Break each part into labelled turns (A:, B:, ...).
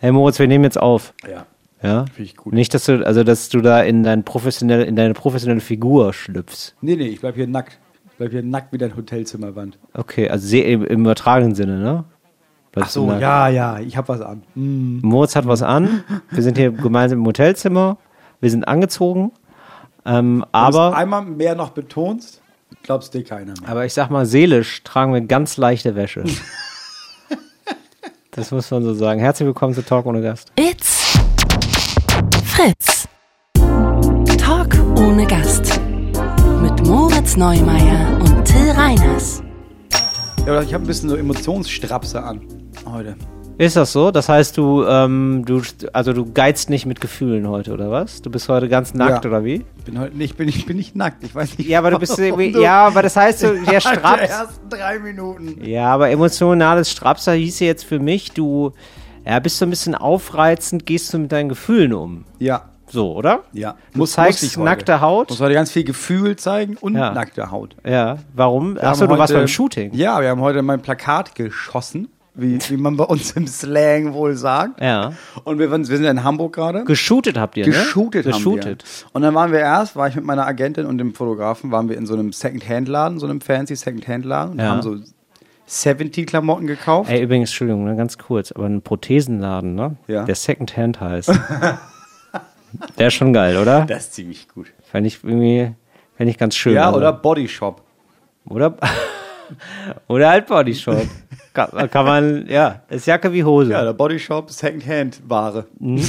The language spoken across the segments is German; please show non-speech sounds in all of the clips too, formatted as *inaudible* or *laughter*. A: Hey Moritz, wir nehmen jetzt auf.
B: Ja,
A: Ja?
B: finde ich gut.
A: Nicht, dass du, also dass du da in, dein professionelle, in deine professionelle Figur schlüpfst.
B: Nee, nee, ich bleib hier nackt. Ich bleib hier nackt wie dein Hotelzimmerwand.
A: Okay, also sehr im, im übertragenen Sinne, ne? Bleibst du nackt.
B: ja, ja, ich hab was an. Hm.
A: Moritz hat was an. Wir sind hier gemeinsam im Hotelzimmer. Wir sind angezogen. Ähm,
B: Wenn du es
A: aber,
B: einmal mehr noch betonst, glaubst dir keiner mehr.
A: aber ich sag mal, seelisch tragen wir ganz leichte Wäsche. das muss man so sagen. Herzlich willkommen zu Talk ohne Gast.
C: It's Fritz. Talk ohne Gast. Mit Moritz Neumeier und Till Reiners.
B: Ja, aber ich habe ein bisschen so Emotionsstrapse an heute.
A: Ist das so? Das heißt, du, ähm, du, also du geizt nicht mit Gefühlen heute, oder was? Du bist heute ganz nackt,
B: Ja.
A: oder wie?
B: Ich bin heute nicht, bin, ich bin nicht nackt. Ich weiß nicht.
A: Ja, aber du bist
B: *laughs* warum
A: irgendwie,
B: du-
A: ja, aber das heißt, du, der
B: Nach den
A: Straps.
B: ersten drei Minuten.
A: Ja, aber emotionales Strapser hieß ja jetzt für mich, du ja, bist so ein bisschen aufreizend, gehst du mit deinen Gefühlen um.
B: Ja,
A: So, oder?
B: ja.
A: Du zeigst nackte Haut.
B: Muss heute ganz viel Gefühl zeigen und
A: Ja.
B: nackte Haut.
A: Ja, warum?
B: Wir
A: Achso,
B: haben
A: du warst
B: heute-
A: beim Shooting.
B: Ja, wir haben heute mein Plakat geschossen, wie, wie man bei uns im Slang wohl sagt.
A: Ja.
B: Und wir, waren- wir sind ja in Hamburg gerade.
A: Geshootet habt ihr, ne?
B: Geshootet,
A: Geshootet.
B: haben wir. Und dann waren wir erst, war ich mit meiner Agentin und dem Fotografen, waren wir in so einem Second-Hand-Laden, so einem fancy Second-Hand-Laden und
A: Ja.
B: haben so 70-Klamotten gekauft.
A: Ey, übrigens, Entschuldigung, ne, ganz kurz, aber ein Prothesenladen, ne?
B: Ja.
A: Der Second Hand
B: *laughs*
A: heißt. der ist schon geil, oder?
B: Das ist ziemlich gut.
A: Fände ich irgendwie, fände ich ganz schön.
B: Ja,
A: also.
B: oder Bodyshop.
A: Oder, *laughs* oder halt Body Shop. Kann, kann man, ja, ist Jacke wie Hose. Hm?
B: Ja, der Bodyshop, Second-Hand-Ware.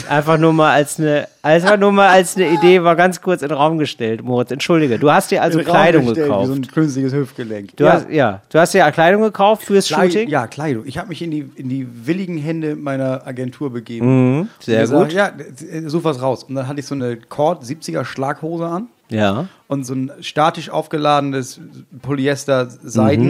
A: Einfach nur mal als eine, einfach nur mal als eine Idee war ganz kurz in den Raum gestellt, Moritz. Entschuldige, du hast dir also
B: In den Raum
A: Kleidung
B: gestellt,
A: gekauft.
B: Wie so ein künstliches Hüftgelenk.
A: du hast, ja, du hast dir Kleidung gekauft fürs
B: Kleid-
A: Shooting.
B: Ja, Kleidung. Ich habe mich in die, in die willigen Hände meiner Agentur begeben.
A: Mhm. sehr
B: Und gesagt,
A: gut.
B: Ja, äh, such was raus. Und dann hatte ich so eine Cord 70er Schlaghose an
A: Ja.
B: und so ein statisch aufgeladenes Polyester Seiden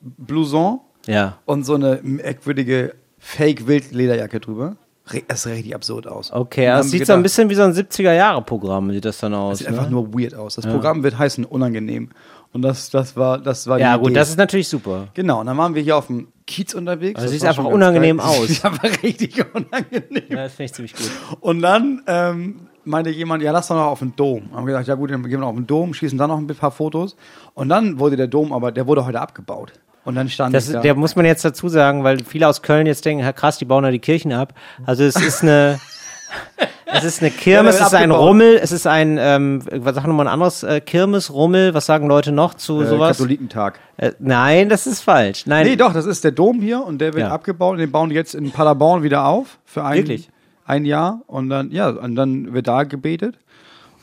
A: Mhm.
B: Blouson
A: Ja.
B: und so eine merkwürdige Fake Wildlederjacke drüber. Re- Das sah richtig absurd aus.
A: Okay,
B: Und
A: das
B: haben
A: sieht
B: gedacht,
A: so ein bisschen wie so ein 70er-Jahre-Programm, sieht das dann aus.
B: sieht
A: ne?
B: einfach nur weird aus. Das Programm wird heißen unangenehm und das das war das war
A: ja,
B: die
A: gut,
B: Idee.
A: das ist natürlich super.
B: Genau, und dann waren wir hier auf dem Kiez unterwegs.
A: Also
B: Das
A: sieht
B: war
A: einfach
B: schon ganz
A: unangenehm
B: geil. *laughs*
A: aus.
B: Sieht einfach richtig unangenehm.
A: Ja, das finde ich ziemlich gut.
B: Und dann ähm, meinte jemand, ja, lass doch noch auf den Dom. Haben wir gesagt, ja gut, dann gehen wir noch auf den Dom, schießen dann noch ein paar Fotos. Und dann wurde der Dom, aber der wurde heute abgebaut. Und dann stand
A: Das,
B: ich da.
A: Der muss man jetzt dazu sagen, weil viele aus Köln jetzt denken, Herr krass, die bauen da die Kirchen ab. Also es ist
B: *laughs*
A: eine, es ist eine Kirmes,
B: Ja, der wird
A: es ist ein
B: abgebaut.
A: Rummel, es ist ein, ähm, was sagen wir mal ein anderes äh, Kirmes, Rummel, was sagen Leute noch zu
B: äh,
A: sowas?
B: Katholikentag.
A: Äh, nein, das ist falsch. Nein,
B: Nee, doch, das ist der Dom hier und der wird
A: Ja.
B: abgebaut und den bauen die jetzt in Paderborn wieder auf für ein,
A: Wirklich?
B: ein Jahr und dann, ja, und dann wird da gebetet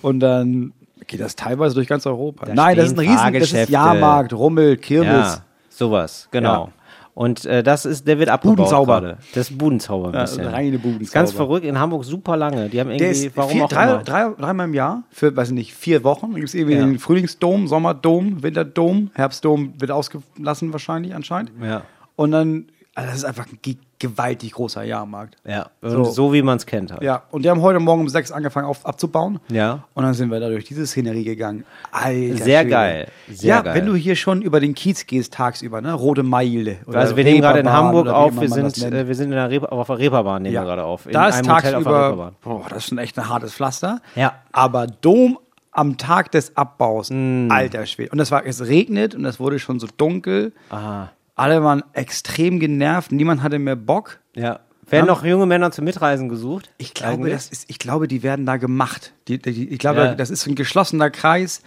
B: und dann geht das teilweise durch ganz Europa.
A: Da
B: Nein, das ist ein
A: stehen
B: riesen, das ist
A: Fahrgeschäfte.
B: Jahrmarkt, Rummel, Kirmes.
A: ja, sowas, genau.
B: Ja.
A: Und äh, das ist, der wird abgebaut
B: Budenzauber.
A: gerade. Das ist Budenzauber ein
B: Ja,
A: bisschen.
B: reine Budenzauber.
A: Ganz verrückt, in Hamburg super lange. Die haben
B: Der
A: irgendwie,
B: ist
A: warum
B: vier,
A: auch
B: drei,
A: immer.
B: drei, dreimal im Jahr für, weiß ich nicht, vier Wochen. Dann gibt's irgendwie
A: Ja.
B: den Frühlingsdom, Sommerdom, Winterdom, Herbstdom wird ausgelassen wahrscheinlich anscheinend.
A: Ja.
B: Und dann, also das ist einfach ein gi- gewaltig großer Jahrmarkt.
A: Ja,
B: So.
A: so, so wie man es kennt halt.
B: Ja, und die haben heute Morgen um sechs angefangen auf, abzubauen.
A: Ja.
B: Und dann sind wir da durch diese Szenerie gegangen. Alter
A: Sehr
B: Schwede.
A: geil, sehr
B: ja,
A: geil.
B: wenn du hier schon über den Kiez gehst tagsüber, ne? Rote Meile. oder
A: also wir nehmen gerade in
B: Reeperbahn
A: Hamburg
B: oder wie
A: auf,
B: immer
A: wir
B: man das
A: sind,
B: nennt.
A: äh, wir sind in der Reeper, auf der Reeperbahn nehmen wir gerade auf. In
B: da ist
A: einem Hotel auf der
B: tagsüber,
A: Reeperbahn.
B: boah, das ist schon echt ein hartes Pflaster.
A: Ja.
B: Aber Dom am Tag des Abbaus,
A: Mm.
B: alter Schwede. Und das war, es regnet und es wurde schon so dunkel.
A: Aha.
B: Alle waren extrem genervt, niemand hatte mehr Bock.
A: Ja. Werden noch junge Männer zum Mitreisen gesucht?
B: Ich glaube,
A: Eigentlich?
B: das ist, ich glaube, die werden da gemacht. Die, die- die, ich glaube,
A: Ja. Mhm.
B: das ist so ein geschlossener Kreis.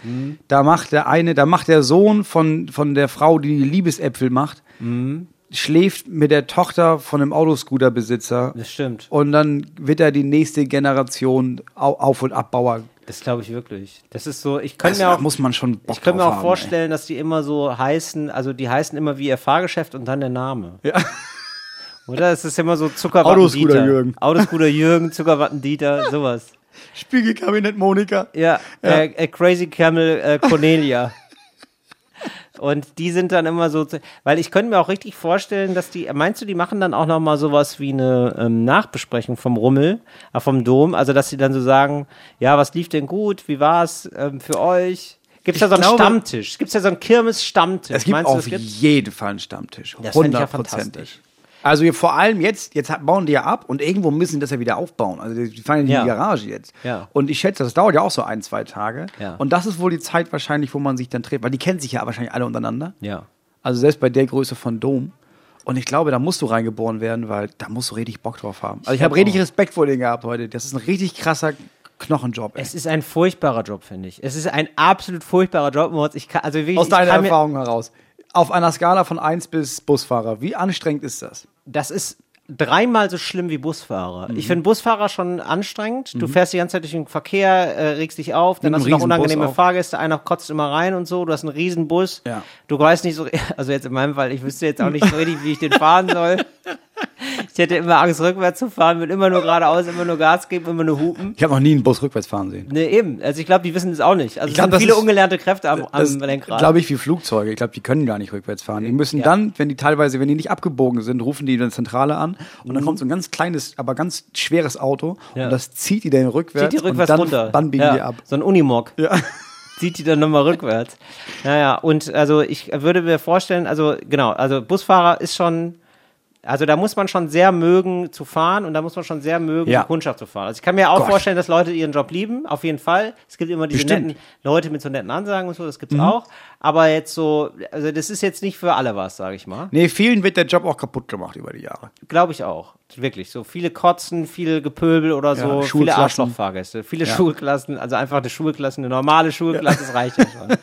B: Da macht der eine, da macht der Sohn von, von der Frau, die, die Liebesäpfel macht,
A: Mhm.
B: schläft mit der Tochter von einem Autoscooterbesitzer.
A: Das stimmt.
B: Und dann wird er die nächste Generation Au- Auf- und Abbauer.
A: Das glaube ich wirklich. Das ist so, ich kann
B: Also,
A: mir
B: da
A: auch,
B: muss man schon Bock
A: ich kann mir
B: drauf
A: auch
B: haben,
A: vorstellen, dass die immer so heißen, also die heißen immer wie ihr Fahrgeschäft und dann der Name.
B: Ja.
A: Oder es ist immer so Zuckerwatten
B: Autoscooter
A: Dieter.
B: Jürgen.
A: Autoscooter Jürgen, Zuckerwatten Dieter, sowas.
B: Ey. Spiegelkabinett Monika.
A: Ja, Äh, äh, Crazy Camel äh,
B: *laughs*
A: Cornelia. Und die sind dann immer so, zu- weil ich könnte mir auch richtig vorstellen, dass die, meinst du, die machen dann auch nochmal sowas wie eine ähm, Nachbesprechung vom Rummel, äh, vom Dom, also dass sie dann so sagen, ja, was lief denn gut, wie war's ähm, für euch? Gibt's da
B: Ich
A: so einen
B: glaube-
A: Stammtisch? Gibt's da so einen Kirmes-Stammtisch?
B: Es gibt
A: Meinst du,
B: auf
A: das gibt's?
B: jeden Fall einen Stammtisch.
A: Das fänd ich ja
B: Hundertprozentig.
A: fantastisch.
B: Also hier vor allem jetzt, jetzt hat- bauen die ja ab und irgendwo müssen die das ja wieder aufbauen. Also die fahren ja
A: Ja.
B: in die Garage jetzt.
A: Ja.
B: Und ich schätze, das dauert ja auch so ein, zwei Tage.
A: Ja.
B: Und das ist wohl die Zeit wahrscheinlich, wo man sich dann trifft, weil die kennen sich ja wahrscheinlich alle untereinander.
A: Ja.
B: Also selbst bei der Größe von Dom. Und ich glaube, da musst du reingeboren werden, weil da musst du richtig Bock drauf haben. Also ich habe
A: glaub
B: richtig
A: auch.
B: Respekt vor denen gehabt heute. Das ist ein richtig krasser Knochenjob. ey.
A: Es ist ein furchtbarer Job, finde ich. Es ist ein absolut furchtbarer Job, Moritz. Ich kann, also wirklich,
B: Aus
A: ich
B: deiner
A: kann mir-
B: Erfahrung heraus. Auf einer Skala von 1 bis Busfahrer, wie anstrengend ist das?
A: das ist dreimal so schlimm wie Busfahrer.
B: Mhm.
A: Ich finde Busfahrer schon anstrengend. Du fährst die ganze Zeit durch den Verkehr, äh, regst dich auf, dann
B: Mit
A: hast du
B: einem
A: noch
B: riesen Bus
A: unangenehme
B: auch.
A: Fahrgäste, einer kotzt immer rein und so, du hast einen riesen Bus.
B: Ja.
A: Du weißt nicht so, *laughs* also jetzt in meinem Fall, ich wüsste jetzt auch nicht so richtig, wie ich den fahren
B: *laughs*
A: soll. Ich hätte immer Angst, rückwärts zu fahren, will immer nur geradeaus, immer nur Gas geben, immer nur hupen.
B: Ich habe noch nie einen Bus rückwärts fahren sehen.
A: Ne, eben. Also ich glaube, die wissen es auch nicht. Also
B: Ich
A: es
B: glaub,
A: sind
B: das
A: viele
B: ist-
A: ungelernte Kräfte am,
B: Das
A: am Lenkrad.
B: glaube ich wie Flugzeuge. Ich glaube, die können gar nicht rückwärts fahren. Die müssen
A: Ja.
B: dann, wenn die teilweise, wenn die nicht abgebogen sind, rufen die dann Zentrale an und dann kommt so ein ganz kleines, aber ganz schweres Auto
A: Mhm. Ja.
B: und das zieht die dann rückwärts,
A: Zieht die rückwärts
B: und dann,
A: runter.
B: dann biegen
A: ja,
B: die ab.
A: So ein Unimog. Zieht die dann nochmal
B: *laughs*
A: rückwärts. Naja, und also ich würde mir vorstellen, also genau, also Busfahrer ist schon, also da muss man schon sehr mögen zu fahren und da muss man schon sehr mögen,
B: Ja.
A: die Kundschaft zu fahren. Also ich kann mir auch
B: Gott.
A: vorstellen, dass Leute ihren Job lieben, auf jeden Fall. Es gibt immer diese
B: Bestimmt. Mhm.
A: netten Leute mit so netten Ansagen und so, das gibt's auch. Aber jetzt so, also das ist jetzt nicht für alle was, sage ich mal.
B: Nee, vielen wird der Job auch kaputt gemacht über die Jahre.
A: Glaube ich auch. Wirklich. So viele Kotzen, viele Gepöbel oder so, viele
B: Schulklassen.
A: Arschlochfahrgäste, viele Schulklassen, also einfach eine Schulklasse, eine normale Schulklasse, das
B: *laughs*
A: reicht ja schon.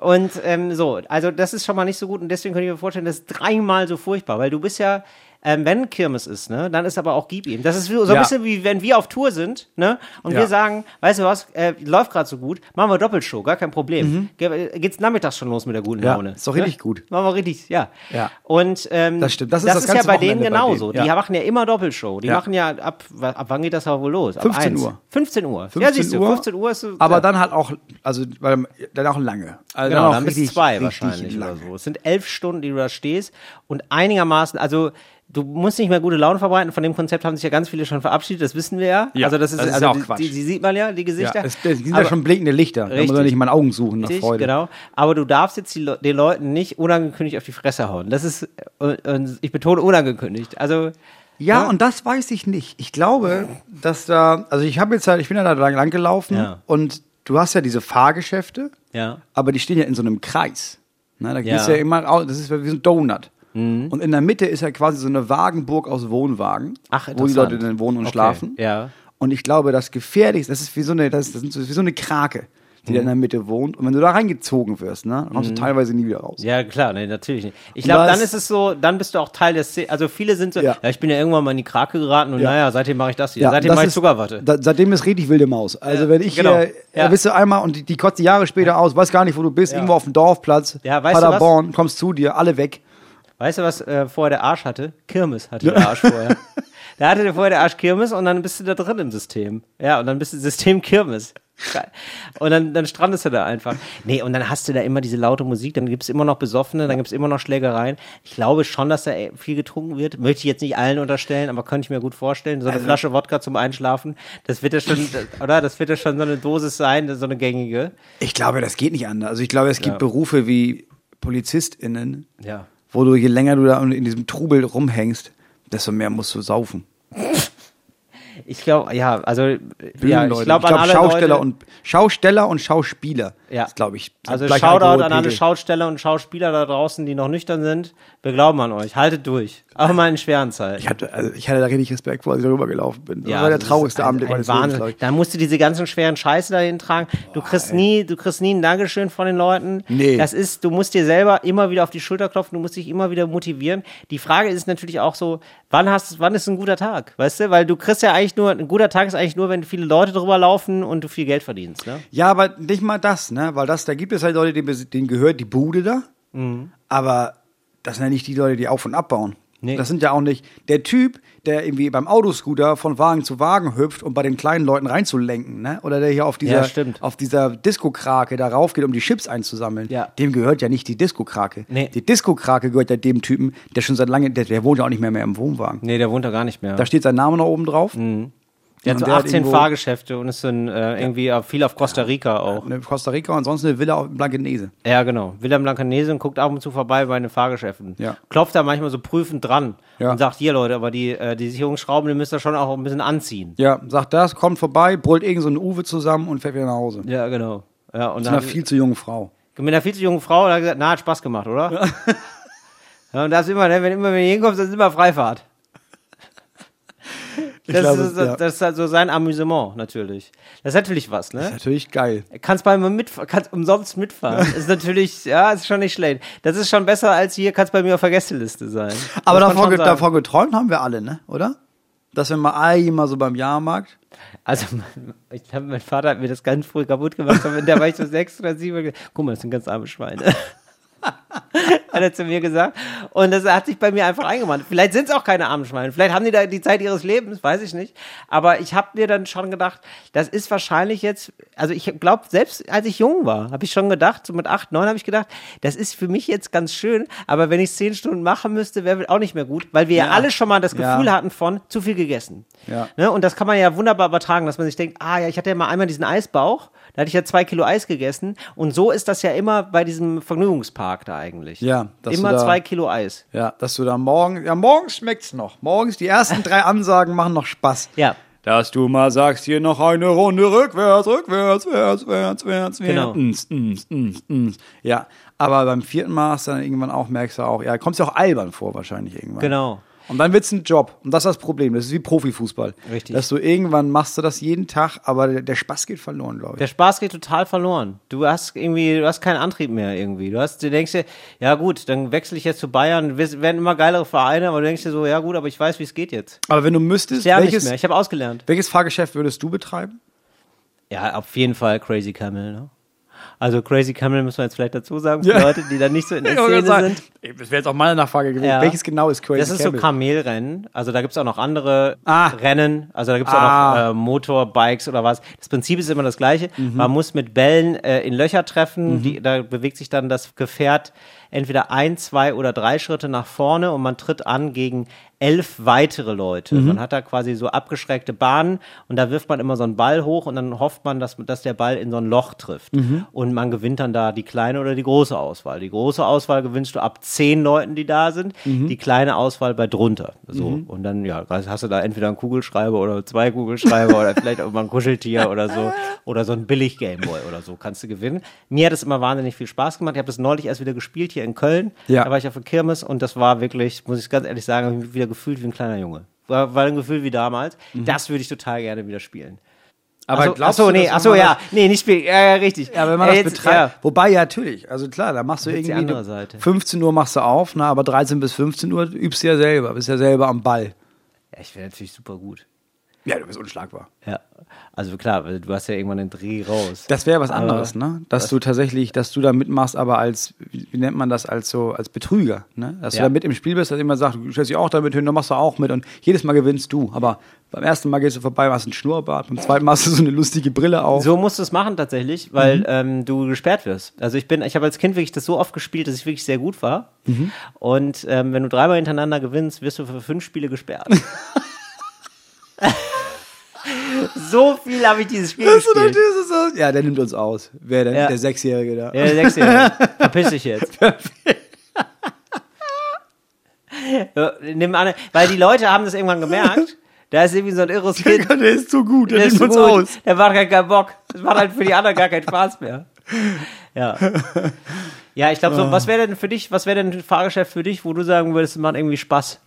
A: Und ähm, so, also das ist schon mal nicht so gut und deswegen könnte ich mir vorstellen, das ist dreimal so furchtbar, weil du bist ja, ähm, wenn Kirmes ist, ne, dann ist aber auch Gib ihm. Das ist so so ein
B: Ja.
A: bisschen wie wenn wir auf Tour sind, ne, und
B: Ja.
A: wir sagen, weißt du was, äh, läuft gerade so gut, machen wir Doppelshow, gar kein Problem. Ge äh, geht's nachmittags schon los mit der guten
B: Mhm. Ja,
A: Laune. ne?
B: ist doch richtig gut.
A: Machen wir richtig, ja.
B: Ja.
A: Und ähm,
B: Das stimmt. Das ist das
A: ja
B: ganze
A: bei denen
B: Wochenende bei
A: genauso.
B: denen,
A: Die
B: ja.
A: machen ja immer Doppelshow. Die
B: Ja.
A: machen ja ab, wa- ab wann geht das aber wohl los? Ab
B: 15
A: 1.
B: Uhr.
A: 15 Uhr. ja, siehst du, 15 Uhr ist so,
B: aber
A: ja.
B: dann halt auch, also weil, dann auch lange. Also
A: Genau,
B: auch
A: dann bis
B: richtig-
A: zwei
B: richtig
A: wahrscheinlich
B: lang.
A: oder so. Es sind elf Stunden, die du da stehst und einigermaßen, also du musst nicht mehr gute Laune verbreiten. Von dem Konzept haben sich ja ganz viele schon verabschiedet, das wissen wir ja.
B: Ja,
A: also das ist,
B: das ist
A: also
B: ja auch
A: die,
B: Quatsch.
A: Die, die sieht man ja, die
B: Ja,
A: Gesichter.
B: es, es sind ja
A: Aber-
B: schon blinkende Lichter. Da muss man
A: Richtig.
B: nicht mal in Augen suchen nach
A: Richtig,
B: Freude.
A: genau. Aber du darfst jetzt die, Le- den Leuten nicht unangekündigt auf die Fresse hauen. Das ist, und, und ich betone unangekündigt. Also,
B: Ja,
A: Ja.
B: und das weiß ich nicht. Ich glaube, dass da, also ich habe jetzt halt, ich bin ja da lang, lang gelaufen
A: Ja.
B: und du hast ja diese Fahrgeschäfte,
A: ja.
B: aber die stehen ja in so einem Kreis. Ne, da gehst du
A: Ja. Mhm.
B: ja immer raus, das ist wie so ein Donut. Und in der Mitte ist ja quasi so eine Wagenburg aus Wohnwagen,
A: Ach,
B: wo die
A: interessant.
B: Leute dann wohnen und
A: Okay,
B: schlafen.
A: ja.
B: Und ich glaube, das Gefährlichste, das ist wie so eine, das, das sind so- wie so eine Krake, die
A: Mhm.
B: da in der Mitte wohnt. Und wenn du da reingezogen wirst, ne, dann kommst du teilweise nie wieder raus.
A: Ja, klar, nee, natürlich nicht. Ich glaube,
B: Was?
A: dann ist es so, dann bist du auch Teil der Szene. Also viele sind so,
B: Ja.
A: ja. ich bin ja irgendwann mal in die Krake geraten und
B: Ja.
A: naja, seitdem mache ich das hier.
B: Ja,
A: seitdem
B: das
A: mache ich
B: ist-
A: Zuckerwatte.
B: Da, seitdem ist richtig wilde Maus. Also wenn ich
A: genau.
B: hier,
A: Ja.
B: da bist du einmal und die, die kotzt die Jahre später aus, weiß gar nicht, wo du bist, irgendwo auf dem Dorfplatz,
A: Ja, weißt du
B: Paderborn, kommst zu dir, alle weg.
A: Weißt du, was äh, vorher der Arsch hatte? Kirmes hatte der Arsch vorher. Da hatte der vorher der Arsch Kirmes und dann bist du da drin im System. Ja, und dann bist du System Kirmes. Geil. Und dann, dann strandest du da einfach. Nee, und dann hast du da immer diese laute Musik, dann gibt's immer noch Besoffene, dann gibt's immer noch Schlägereien. Ich glaube schon, dass da äh, viel getrunken wird. Möchte ich jetzt nicht allen unterstellen, aber könnte ich mir gut vorstellen. So eine Flasche Wodka zum Einschlafen, das wird ja schon, oder? Das wird ja schon so eine Dosis sein, so eine gängige.
B: Ich glaube, das geht nicht anders. Also ich glaube, es gibt Berufe wie PolizistInnen,
A: Ja.
B: wo du, je länger du da in diesem Trubel rumhängst, desto mehr musst du saufen.
A: Ich glaube, ja, also, ja,
B: Bühnenleute.
A: ich glaube an alle
B: Schausteller,
A: Leute,
B: und, Schausteller und Schauspieler.
A: Ja.
B: Das glaube ich.
A: Also
B: Gleich
A: Shoutout an
B: Alkoholpegel.
A: alle Schausteller und Schauspieler da draußen, die noch nüchtern sind. Wir glauben an euch. Haltet durch. Auch mal in schweren Zeiten.
B: ich hatte, also ich hatte da richtig Respekt vor, als ich darüber gelaufen bin. Das
A: Ja,
B: war der
A: das ist
B: traurigste
A: ein-
B: Abend
A: ein
B: meines Lebens,
A: Wahnsinn.
B: glaub ich.
A: Da musst du diese ganzen schweren Scheiße dahin tragen. Du kriegst nie, du kriegst nie ein Dankeschön von den Leuten.
B: Nee.
A: Das ist, du musst dir selber immer wieder auf die Schulter klopfen, du musst dich immer wieder motivieren. Die Frage ist natürlich auch so, wann hast, wann ist ein guter Tag? Weißt du, weil du kriegst ja eigentlich nur, ein guter Tag ist eigentlich nur, wenn viele Leute drüber laufen und du viel Geld verdienst, ne?
B: Ja, aber nicht mal das, ne? Weil das, da gibt es halt Leute, denen, bes- denen gehört die Bude da.
A: Mhm.
B: Aber das sind ja nicht die Leute, die auf und abbauen.
A: Nee.
B: Das sind ja auch nicht der Typ, der irgendwie beim Autoscooter von Wagen zu Wagen hüpft, um bei den kleinen Leuten reinzulenken, ne? Oder der hier auf dieser,
A: Ja, stimmt.
B: auf dieser Disco-Krake da raufgeht, um die Chips einzusammeln.
A: Ja.
B: Dem gehört ja nicht die Disco-Krake.
A: Nee.
B: Die Disco-Krake gehört ja dem Typen, der schon seit langem, der, der wohnt ja auch nicht mehr, mehr im Wohnwagen.
A: Nee, der wohnt da gar nicht mehr. Mhm.
B: Da steht sein Name noch oben drauf.
A: Der hat so
B: der hat
A: 18
B: irgendwo-
A: Fahrgeschäfte und ist so ein, äh, irgendwie auf, viel auf Costa Rica auch.
B: Eine Costa Rica und sonst eine Villa auf Blankenese.
A: Ja, genau. Wilhelm Blancanese und guckt ab und zu vorbei bei den Fahrgeschäften.
B: Ja.
A: Klopft da manchmal so prüfend dran
B: Ja.
A: und sagt, hier Leute, aber die, äh, die Sicherungsschrauben, die müsst ihr schon auch ein bisschen anziehen.
B: Ja, sagt das, kommt vorbei, brüllt irgend so ein Uwe zusammen und fährt wieder nach Hause.
A: Ja, genau. Ja, und
B: Mit einer
A: dann,
B: viel zu jungen Frau.
A: mit einer viel zu jungen Frau hat er gesagt, na, hat Spaß gemacht, oder? Ja. *laughs* und das immer, ne, wenn immer wenn du hinkommst, das ist immer Freifahrt. Das,
B: glaube,
A: ist, das,
B: ja.
A: das ist halt so sein Amüsement, natürlich. Das ist natürlich was, ne?
B: Natürlich geil.
A: Kannst bei mir mitfahren, kannst umsonst mitfahren. ist natürlich, ja, ist schon nicht schlecht. Das ist schon besser als hier, kannst bei mir auf der Gästeliste sein.
B: Aber
A: Muss man
B: davon,
A: schon
B: ge
A: sagen.
B: davon geträumt haben wir alle, ne? Oder? Dass wir mal einmal so beim Jahrmarkt.
A: Also, *laughs* mein- ich glaube, mein Vater hat mir das ganz früh kaputt gemacht. aber Da war ich so sechs oder sieben. und gesagt, Guck mal, das sind ganz arme Schweine. *laughs* hat er zu mir gesagt. Und das hat sich bei mir einfach eingemacht. Vielleicht sind es auch keine armen Schweine. Vielleicht haben die da die Zeit ihres Lebens, weiß ich nicht. Aber ich habe mir dann schon gedacht, das ist wahrscheinlich jetzt, also ich glaube, selbst als ich jung war, habe ich schon gedacht, so mit acht, neun habe ich gedacht, das ist für mich jetzt ganz schön. Aber wenn ich zehn Stunden machen müsste, wäre auch nicht mehr gut, weil wir ja,
B: Ja.
A: alle schon mal das
B: Ja.
A: Gefühl hatten von zu viel gegessen.
B: Ja.
A: Ne? Und das kann man ja wunderbar übertragen, dass man sich denkt, ah ja, ich hatte ja mal einmal diesen Eisbauch, da hatte ich ja zwei Kilo Eis gegessen. Und so ist das ja immer bei diesem Vergnügungspark da eigentlich.
B: Ja, dass du
A: Immer
B: da-
A: zwei Kilo Eis.
B: Ja, dass du da morgen, ja, morgens schmeckt's noch. Morgens die ersten drei Ansagen machen noch Spaß.
A: Ja.
B: Dass du mal sagst, hier noch eine Runde rückwärts, rückwärts, wärts, wärts, wärts,
A: Genau.
B: wärts. Ns, ns, ns, ns. Ja, aber beim vierten Mal hast du dann irgendwann auch, merkst du auch, ja, kommst du auch albern vor wahrscheinlich irgendwann.
A: Genau.
B: Und dann wird's ein Job. Und das ist das Problem. Das ist wie Profifußball.
A: Richtig.
B: Dass du irgendwann machst du das jeden Tag, aber der, der Spaß geht verloren, glaube ich.
A: Der Spaß geht total verloren. Du hast irgendwie, du hast keinen Antrieb mehr irgendwie. Du hast, du denkst dir, ja gut, dann wechsle ich jetzt zu Bayern, wir werden immer geilere Vereine, aber du denkst dir so, ja gut, aber ich weiß, wie es geht jetzt.
B: Aber wenn du müsstest,
A: Ja, nicht
B: welches,
A: mehr. Ich habe ausgelernt.
B: welches Fahrgeschäft würdest du betreiben?
A: Ja, auf jeden Fall Crazy Camel, ne? Also Crazy Camel müssen wir jetzt vielleicht dazu sagen, für
B: Ja.
A: Leute, die da nicht so in der
B: Ich wollte
A: Szene
B: gerade sagen,
A: sind.
B: ey, Das wäre jetzt auch meine Nachfrage gewesen.
A: Ja.
B: Welches genau ist Crazy
A: Das ist
B: Camel?
A: so Kamelrennen. Also da gibt's auch noch andere
B: Ah.
A: Rennen. Also da gibt's auch
B: Ah. Mhm.
A: noch äh, Motorbikes oder was. Das Prinzip ist immer das gleiche. Man muss mit Bällen äh, in Löcher treffen. Die, da bewegt sich dann das Gefährt entweder ein, zwei oder drei Schritte nach vorne und man tritt an gegen elf weitere Leute.
B: Mhm.
A: Man hat da quasi so abgeschrägte Bahnen und da wirft man immer so einen Ball hoch und dann hofft man, dass, dass der Ball in so ein Loch trifft. Und man gewinnt dann da die kleine oder die große Auswahl. Die große Auswahl gewinnst du ab zehn Leuten, die da sind, die kleine Auswahl bei drunter. So. Und dann, ja, hast du da entweder einen Kugelschreiber oder zwei Kugelschreiber oder vielleicht auch mal ein Kuscheltier oder so. Oder so ein billig Gameboy oder so kannst du gewinnen. Mir hat es immer wahnsinnig viel Spaß gemacht. Ich habe das neulich erst wieder gespielt hier in Köln.
B: Ja.
A: Da war ich auf der Kirmes und das war wirklich, muss ich ganz ehrlich sagen, habe ich mich wieder gefühlt wie ein kleiner Junge. War, war ein Gefühl wie damals. Das würde ich total gerne wieder spielen.
B: Aber
A: achso,
B: glaubst
A: achso,
B: du,
A: nee,
B: dass
A: achso,
B: wenn man
A: ja, nee, nicht spielen. Ja, ja, richtig.
B: Ja, wenn man
A: Äh,
B: das
A: jetzt-
B: betreibt.
A: ja.
B: Wobei, ja, natürlich. Also klar, da machst du
A: Jetzt die
B: irgendwie.
A: andere
B: du-
A: Seite.
B: 15 Uhr machst du auf, ne, aber 13 bis 15 Uhr übst du ja selber, bist ja selber am Ball.
A: ja, ich wäre natürlich super gut.
B: Ja, du bist unschlagbar.
A: Ja. Also klar, weil du hast ja irgendwann den Dreh raus.
B: Das wäre was anderes,
A: Aber-
B: ne? Dass du tatsächlich, dass du da mitmachst, aber als, wie wie nennt man das, als so, als Betrüger, ne? Dass
A: Ja.
B: du da mit im Spiel bist, dass jemand sagt, du stellst dich auch damit hin, dann machst du auch mit und jedes Mal gewinnst du. Aber beim ersten Mal gehst du vorbei, hast einen Schnurrbart, beim zweiten Mal hast du so eine lustige Brille auf.
A: So musst du es machen tatsächlich, weil
B: Mhm.
A: ähm, du gesperrt wirst. Also ich bin, ich habe als Kind wirklich das so oft gespielt, dass ich wirklich sehr gut war.
B: Mhm.
A: Und ähm, wenn du dreimal hintereinander gewinnst, wirst du für fünf Spiele
B: *laughs*
A: gesperrt. so viel habe ich dieses Spiel
B: Weißt du, da
A: gespielt.
B: stehst du so, ja, der nimmt uns aus. Wer denn?
A: Ja.
B: Der Sechsjährige da.
A: Ja, der Sechsjährige. Verpiss dich jetzt. Ja, Nimm an, weil die Leute haben das irgendwann gemerkt. Da ist irgendwie so ein irres
B: *laughs*
A: Kind.
B: *laughs* Der ist so gut, der,
A: Der
B: nimmt
A: ist
B: uns
A: gut.
B: aus.
A: Der macht halt keinen Bock. Das macht halt für die anderen gar keinen Spaß mehr. Ja. Ja, ich glaube
B: Ah.
A: so, was wäre denn für dich, was wäre denn ein Fahrgeschäft für dich, wo du sagen würdest, es macht irgendwie Spaß?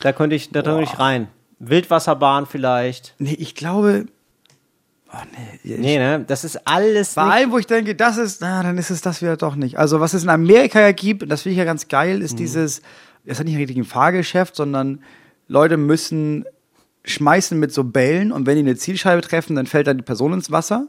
A: Da könnte ich, da könnte ich rein. Wildwasserbahn vielleicht.
B: Nee, ich glaube. Oh, nee.
A: Nee, ne? Das ist alles
B: Bei
A: nicht-
B: allem, wo ich denke, das ist, na, dann ist es das wieder doch nicht. Also, was es in Amerika ja gibt, und das finde ich ja ganz geil, ist dieses, das ist nicht richtig ein Fahrgeschäft, sondern Leute müssen schmeißen mit so Bällen und wenn die eine Zielscheibe treffen, dann fällt dann die Person ins Wasser.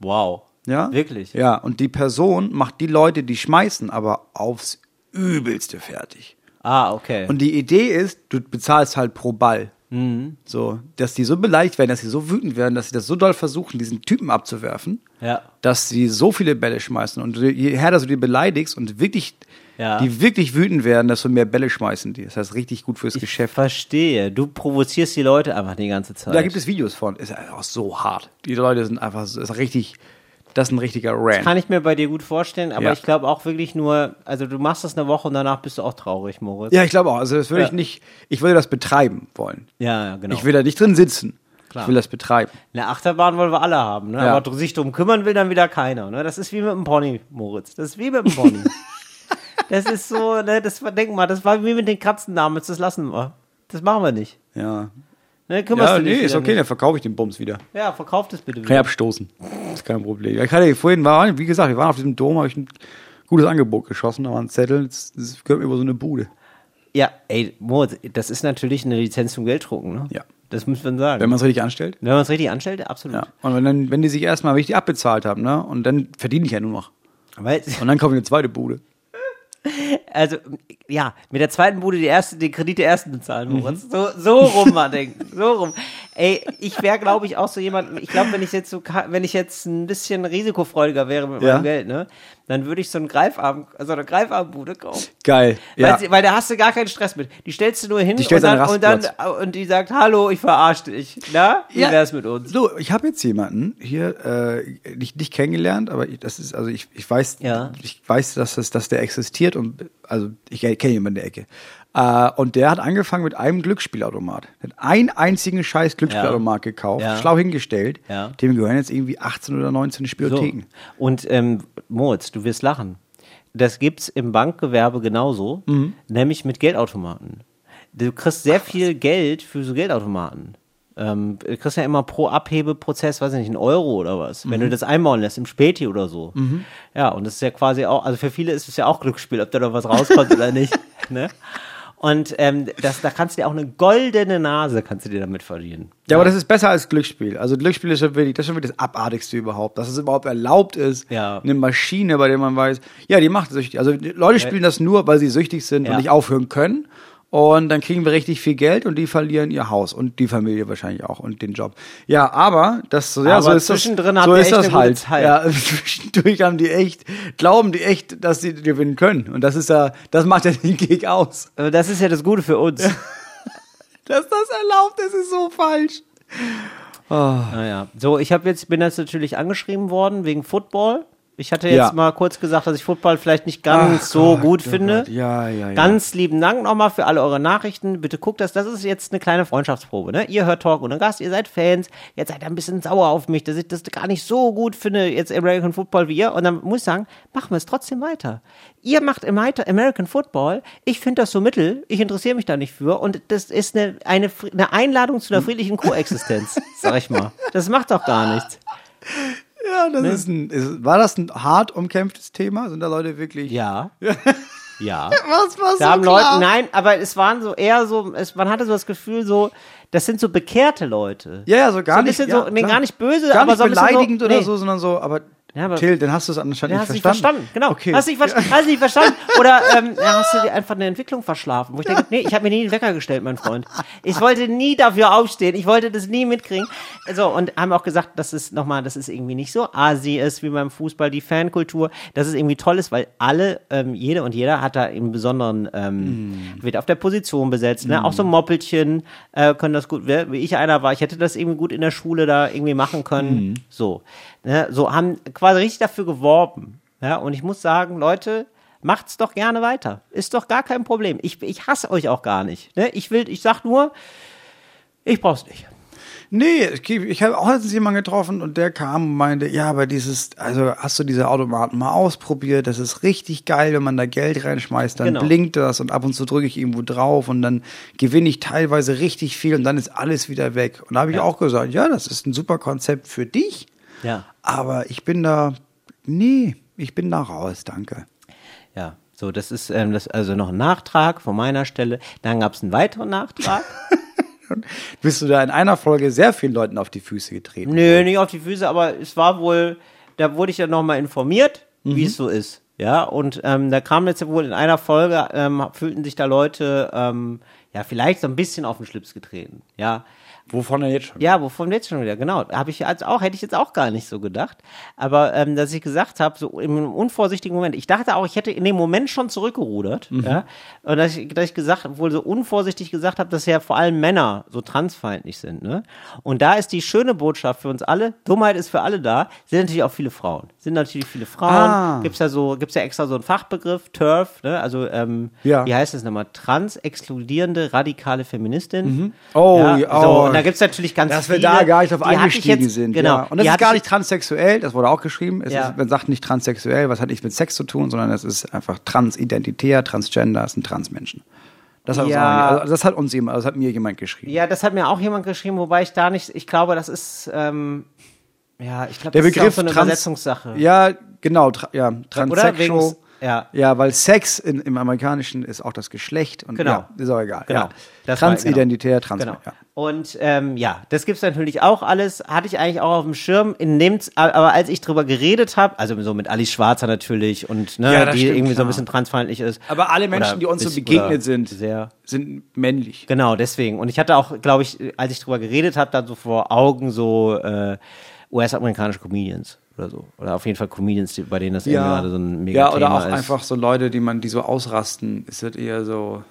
A: Wow.
B: Ja?
A: Wirklich?
B: Ja, und die Person macht die Leute, die schmeißen, aber aufs Übelste fertig.
A: Ah, okay.
B: Und die Idee ist, du bezahlst halt pro Ball.
A: Mhm.
B: So, dass die so beleidigt werden, dass sie so wütend werden, dass sie das so doll versuchen, diesen Typen abzuwerfen,
A: Ja.
B: dass sie so viele Bälle schmeißen. Und je härter du die beleidigst und wirklich
A: Ja.
B: die wirklich wütend werden, desto mehr Bälle schmeißen die. Das heißt, richtig gut fürs Geschäft.
A: Verstehe. Du provozierst die Leute einfach die ganze Zeit.
B: Da gibt es Videos von. Ist einfach so hart. Die Leute sind einfach so, ist richtig, das ist ein richtiger Rant.
A: Kann ich mir bei dir gut vorstellen, aber
B: Ja.
A: ich glaube auch wirklich nur, also du machst das eine Woche und danach bist du auch traurig, Moritz.
B: Ja, ich glaube auch. Also das würde
A: Ja.
B: ich nicht, ich würde das betreiben wollen.
A: Ja, ja, genau.
B: Ich will da nicht drin sitzen.
A: Klar.
B: Ich will das betreiben.
A: Eine Achterbahn wollen wir alle haben, ne?
B: Ja.
A: aber dr- sich drum kümmern will dann wieder keiner. Ne? Das ist wie mit dem Pony, Moritz. Das ist wie mit dem
B: *laughs*
A: Pony. das ist so, ne? das war- denk mal, das war wie mit den Katzen damals, das lassen wir. Das machen wir nicht.
B: Ja.
A: Ne? Kümmerst
B: Ja,
A: du dich
B: nee,
A: wieder
B: ist okay,
A: nicht.
B: dann verkaufe ich den Bums wieder.
A: Ja, verkauft es bitte
B: Kann
A: wieder.
B: ich abstoßen. Ist kein Problem. Ich hatte vorhin, war, wie gesagt, wir waren auf diesem Dom, habe ich ein gutes Angebot geschossen, da war ein Zettel, das, das gehört mir über so eine Bude.
A: Ja, ey, Moritz, das ist natürlich eine Lizenz zum Gelddrucken. Ne?
B: Ja.
A: Das muss man sagen.
B: Wenn man es richtig anstellt.
A: Wenn man es richtig anstellt, absolut.
B: Ja. Und wenn, dann, wenn die sich erstmal richtig abbezahlt haben, ne? Und dann verdiene ich ja nur noch.
A: Weil, *laughs*
B: Und dann kaufe ich eine zweite Bude.
A: also, ja, mit der zweiten Bude die erste, den Kredit der ersten bezahlen, Moritz.
B: Mhm.
A: So, so rum mal denken. So rum. Ey, ich wäre, glaube ich, auch so jemand, ich glaube, wenn ich jetzt so, ka- wenn ich jetzt ein bisschen risikofreudiger wäre mit
B: Ja.
A: meinem Geld, ne, dann würde ich so einen Greifarm, so eine Greifarmbude kaufen.
B: Geil. Ja.
A: Weil, sie, weil da hast du gar keinen Stress mit. Die stellst du nur hin
B: Die
A: und,
B: stellst
A: dann,
B: an
A: und
B: den
A: dann
B: Rastplatz.
A: und die sagt, hallo, ich verarsch dich. Na, wie
B: Ja.
A: wär's mit uns?
B: So, ich habe jetzt jemanden hier äh, nicht, nicht kennengelernt, aber ich, das ist also ich, ich weiß
A: Ja.
B: ich weiß, dass das dass der existiert und also ich kenne jemanden in der Ecke. Äh, und der hat angefangen mit einem Glücksspielautomat. Der hat einen einzigen scheiß Glücksspielautomat gekauft,
A: Ja.
B: schlau hingestellt.
A: Ja.
B: Dem gehören jetzt irgendwie 18 oder 19 Spielotheken.
A: So. Und ähm, Moritz, du wirst lachen. Das gibt's im Bankgewerbe genauso, nämlich mit Geldautomaten. Du kriegst sehr viel Geld für so Geldautomaten. Ähm, du kriegst ja immer pro Abhebeprozess, weiß ich nicht, einen Euro oder was, wenn du das einbauen lässt, im Späti oder so. Ja, und das ist ja quasi auch, also für viele ist es ja auch Glücksspiel, ob da noch was rauskommt oder nicht. Ne? Und ähm, das, da kannst du dir auch eine goldene Nase, kannst du dir damit verdienen.
B: Ja, aber das ist besser als Glücksspiel. Also Glücksspiel ist schon wirklich, das ist schon wirklich das Abartigste überhaupt, dass es überhaupt erlaubt ist,
A: Ja.
B: eine Maschine, bei der man weiß, ja, die macht süchtig. Also die Leute spielen das nur, weil sie süchtig sind
A: Ja.
B: und nicht aufhören können. Und dann kriegen wir richtig viel Geld und die verlieren ihr Haus und die Familie wahrscheinlich auch und den Job. Ja, aber das so, ja,
A: Aber
B: so ist
A: zwischendrin
B: das,
A: habt
B: so
A: ihr
B: ist
A: echt
B: das
A: eine gute
B: halt.
A: Zeit.
B: Ja, *laughs* zwischendurch haben die echt, glauben die echt, dass sie gewinnen können. Und das ist ja, das macht ja den Gig aus. *laughs*
A: Aber Also Das ist ja das Gute für uns.
B: Dass das erlaubt ist, ist so falsch.
A: Naja, so ich habe jetzt bin jetzt natürlich angeschrieben worden wegen Football. Ich hatte jetzt
B: Ja.
A: mal kurz gesagt, dass ich Football vielleicht nicht ganz
B: Ach
A: so
B: Gott,
A: gut
B: oh
A: finde.
B: Gott. Ja, ja, ja.
A: Ganz lieben Dank nochmal für alle eure Nachrichten. Bitte guckt das. Das ist jetzt eine kleine Freundschaftsprobe. Ne? Ihr hört Talk ohne Gast, ihr seid Fans. Jetzt seid ihr ein bisschen sauer auf mich, dass ich das gar nicht so gut finde, jetzt American Football wie ihr. Und dann muss ich sagen, machen wir es trotzdem weiter. Ihr macht im Weiter- American Football. Ich finde das so mittel. Ich interessiere mich da nicht für. Und das ist eine, eine, Fri- eine Einladung zu einer friedlichen
B: *laughs*
A: Koexistenz, sag ich mal. Das macht doch gar nichts.
B: Ja,
A: Ne?
B: das ist ein, ist, war das ein hart umkämpftes Thema? Sind da Leute wirklich. *laughs*
A: Ja. Ja.
B: Was, was?
A: Da haben Leute, nein, aber es waren so eher so, es, man hatte so das Gefühl, so, das sind so bekehrte Leute.
B: Ja, ja, so gar
A: So ein
B: nicht.
A: bisschen
B: ja,
A: so- nee,
B: klar.
A: gar nicht böse,
B: gar
A: aber
B: nicht
A: so ein bisschen so-
B: beleidigend oder
A: nee.
B: so, sondern so, aber.
A: Ja, aber-
B: Till, dann hast du es anscheinend
A: Ja,
B: nicht
A: hast du nicht
B: verstanden.
A: verstanden, genau.
B: Okay.
A: Hast du nicht, ver hast du nicht verstanden? Oder ähm, ja, hast du dir einfach eine Entwicklung verschlafen? Wo ich denke, nee, ich habe mir nie den Wecker gestellt, mein Freund. Ich wollte nie dafür aufstehen, ich wollte das nie mitkriegen. So, und haben auch gesagt, dass es nochmal, dass es irgendwie nicht so asi ist wie beim Fußball, die Fankultur, dass es irgendwie toll ist, weil alle, ähm, jede und jeder hat da im besonderen, ähm, wird auf der Position besetzt, ne? Auch so Moppelchen äh, können das gut, wer- wie ich einer war, ich hätte das irgendwie gut in der Schule da irgendwie machen können. So. Ne? So haben quasi richtig dafür geworben. Ja, und ich muss sagen, Leute, macht's doch gerne weiter. Ist doch gar kein Problem. Ich, ich hasse euch auch gar nicht. Ne? Ich will, ich sag nur, ich brauch's nicht.
B: Nee, ich, ich habe auch letztens jemanden getroffen und der kam und meinte, ja, aber dieses, also hast du diese Automaten mal ausprobiert, das ist richtig geil, wenn man da Geld reinschmeißt, dann
A: Genau.
B: blinkt das und ab und zu drücke ich irgendwo drauf und dann gewinne ich teilweise richtig viel und dann ist alles wieder weg. Und da habe ich auch gesagt, ja, das ist ein super Konzept für dich,
A: Ja.
B: aber ich bin da, nee, ich bin da raus, danke.
A: Ja, so, das ist ähm, das, also noch ein Nachtrag von meiner Stelle. Dann gab's einen weiteren Nachtrag.
B: Bist du da in einer Folge sehr vielen Leuten auf die Füße getreten?
A: Nö, nicht auf die Füße, aber es war wohl, da wurde ich ja nochmal informiert, wie es so ist. Ja, und ähm, da kam jetzt wohl in einer Folge, ähm, fühlten sich da Leute, ähm, ja, vielleicht so ein bisschen auf den Schlips getreten. Ja,
B: Wovon er jetzt schon?
A: Ja, wovon jetzt schon wieder, genau. Habe ich jetzt auch, hätte ich jetzt auch gar nicht so gedacht. Aber ähm, dass ich gesagt habe, so im unvorsichtigen Moment, ich dachte auch, ich hätte in dem Moment schon zurückgerudert.
B: Mhm.
A: Ja? Und dass ich, dass ich gesagt, wohl so unvorsichtig gesagt habe, dass ja vor allem Männer so transfeindlich sind. Ne? Und da ist die schöne Botschaft für uns alle, Dummheit ist für alle da, sind natürlich auch viele Frauen. Sind natürlich viele Frauen.
B: Ah.
A: Gibt's ja so, gibt's ja extra so einen Fachbegriff, TERF, ne? Also, ähm,
B: Ja.
A: wie heißt das nochmal? Trans-exkludierende radikale Feministin.
B: Oh,
A: ja, so,
B: oh.
A: und da gibt's natürlich ganz
B: Dass wir
A: viele.
B: da gar nicht auf
A: die hatte ich
B: eingestiegen
A: jetzt-
B: sind.
A: Genau.
B: Ja. Und das
A: Die
B: ist
A: hatte
B: gar
A: ich-
B: nicht transsexuell, das wurde auch geschrieben. Es
A: Ja.
B: ist, man sagt nicht transsexuell, was hat nichts mit Sex zu tun, sondern es ist einfach transidentitär, transgender, es sind Transmenschen. Das hat,
A: Ja.
B: uns auch, also das hat uns jemand, das hat mir jemand geschrieben.
A: Ja, das hat mir auch jemand geschrieben, wobei ich da nicht, ich glaube, das ist, ähm, ja, ich glaube,
B: Der
A: das
B: Begriff
A: ist auch so eine
B: Trans-
A: Übersetzungssache.
B: Ja, genau, tra ja,
A: Oder?
B: transsexual.
A: Wegen, ja.
B: Ja, weil Sex in, im Amerikanischen ist auch das Geschlecht und
A: Genau.
B: ja, ist auch egal.
A: Genau.
B: Ja.
A: Das war-
B: Transidentitär, trans.
A: Genau.
B: Ja.
A: Und ähm, ja, das gibt's natürlich auch alles. Hatte ich eigentlich auch auf dem Schirm. In dem, Z- aber als ich drüber geredet habe, also so mit Alice Schwarzer natürlich und ne,
B: Ja, das
A: die
B: stimmt,
A: irgendwie so ein
B: klar.
A: bisschen transfeindlich ist.
B: Aber alle Menschen,
A: Oder
B: die uns so
A: bis- oder
B: begegnet sind,
A: Sehr.
B: sind männlich.
A: Genau, deswegen. Und ich hatte auch, glaube ich, als ich drüber geredet habe, dann so vor Augen so äh, US-amerikanische Comedians oder so. Oder auf jeden Fall Comedians, die, bei denen das eben gerade so ein mega
B: ja, oder auch
A: ist.
B: einfach so Leute, die man, die so ausrasten, ist das eher so,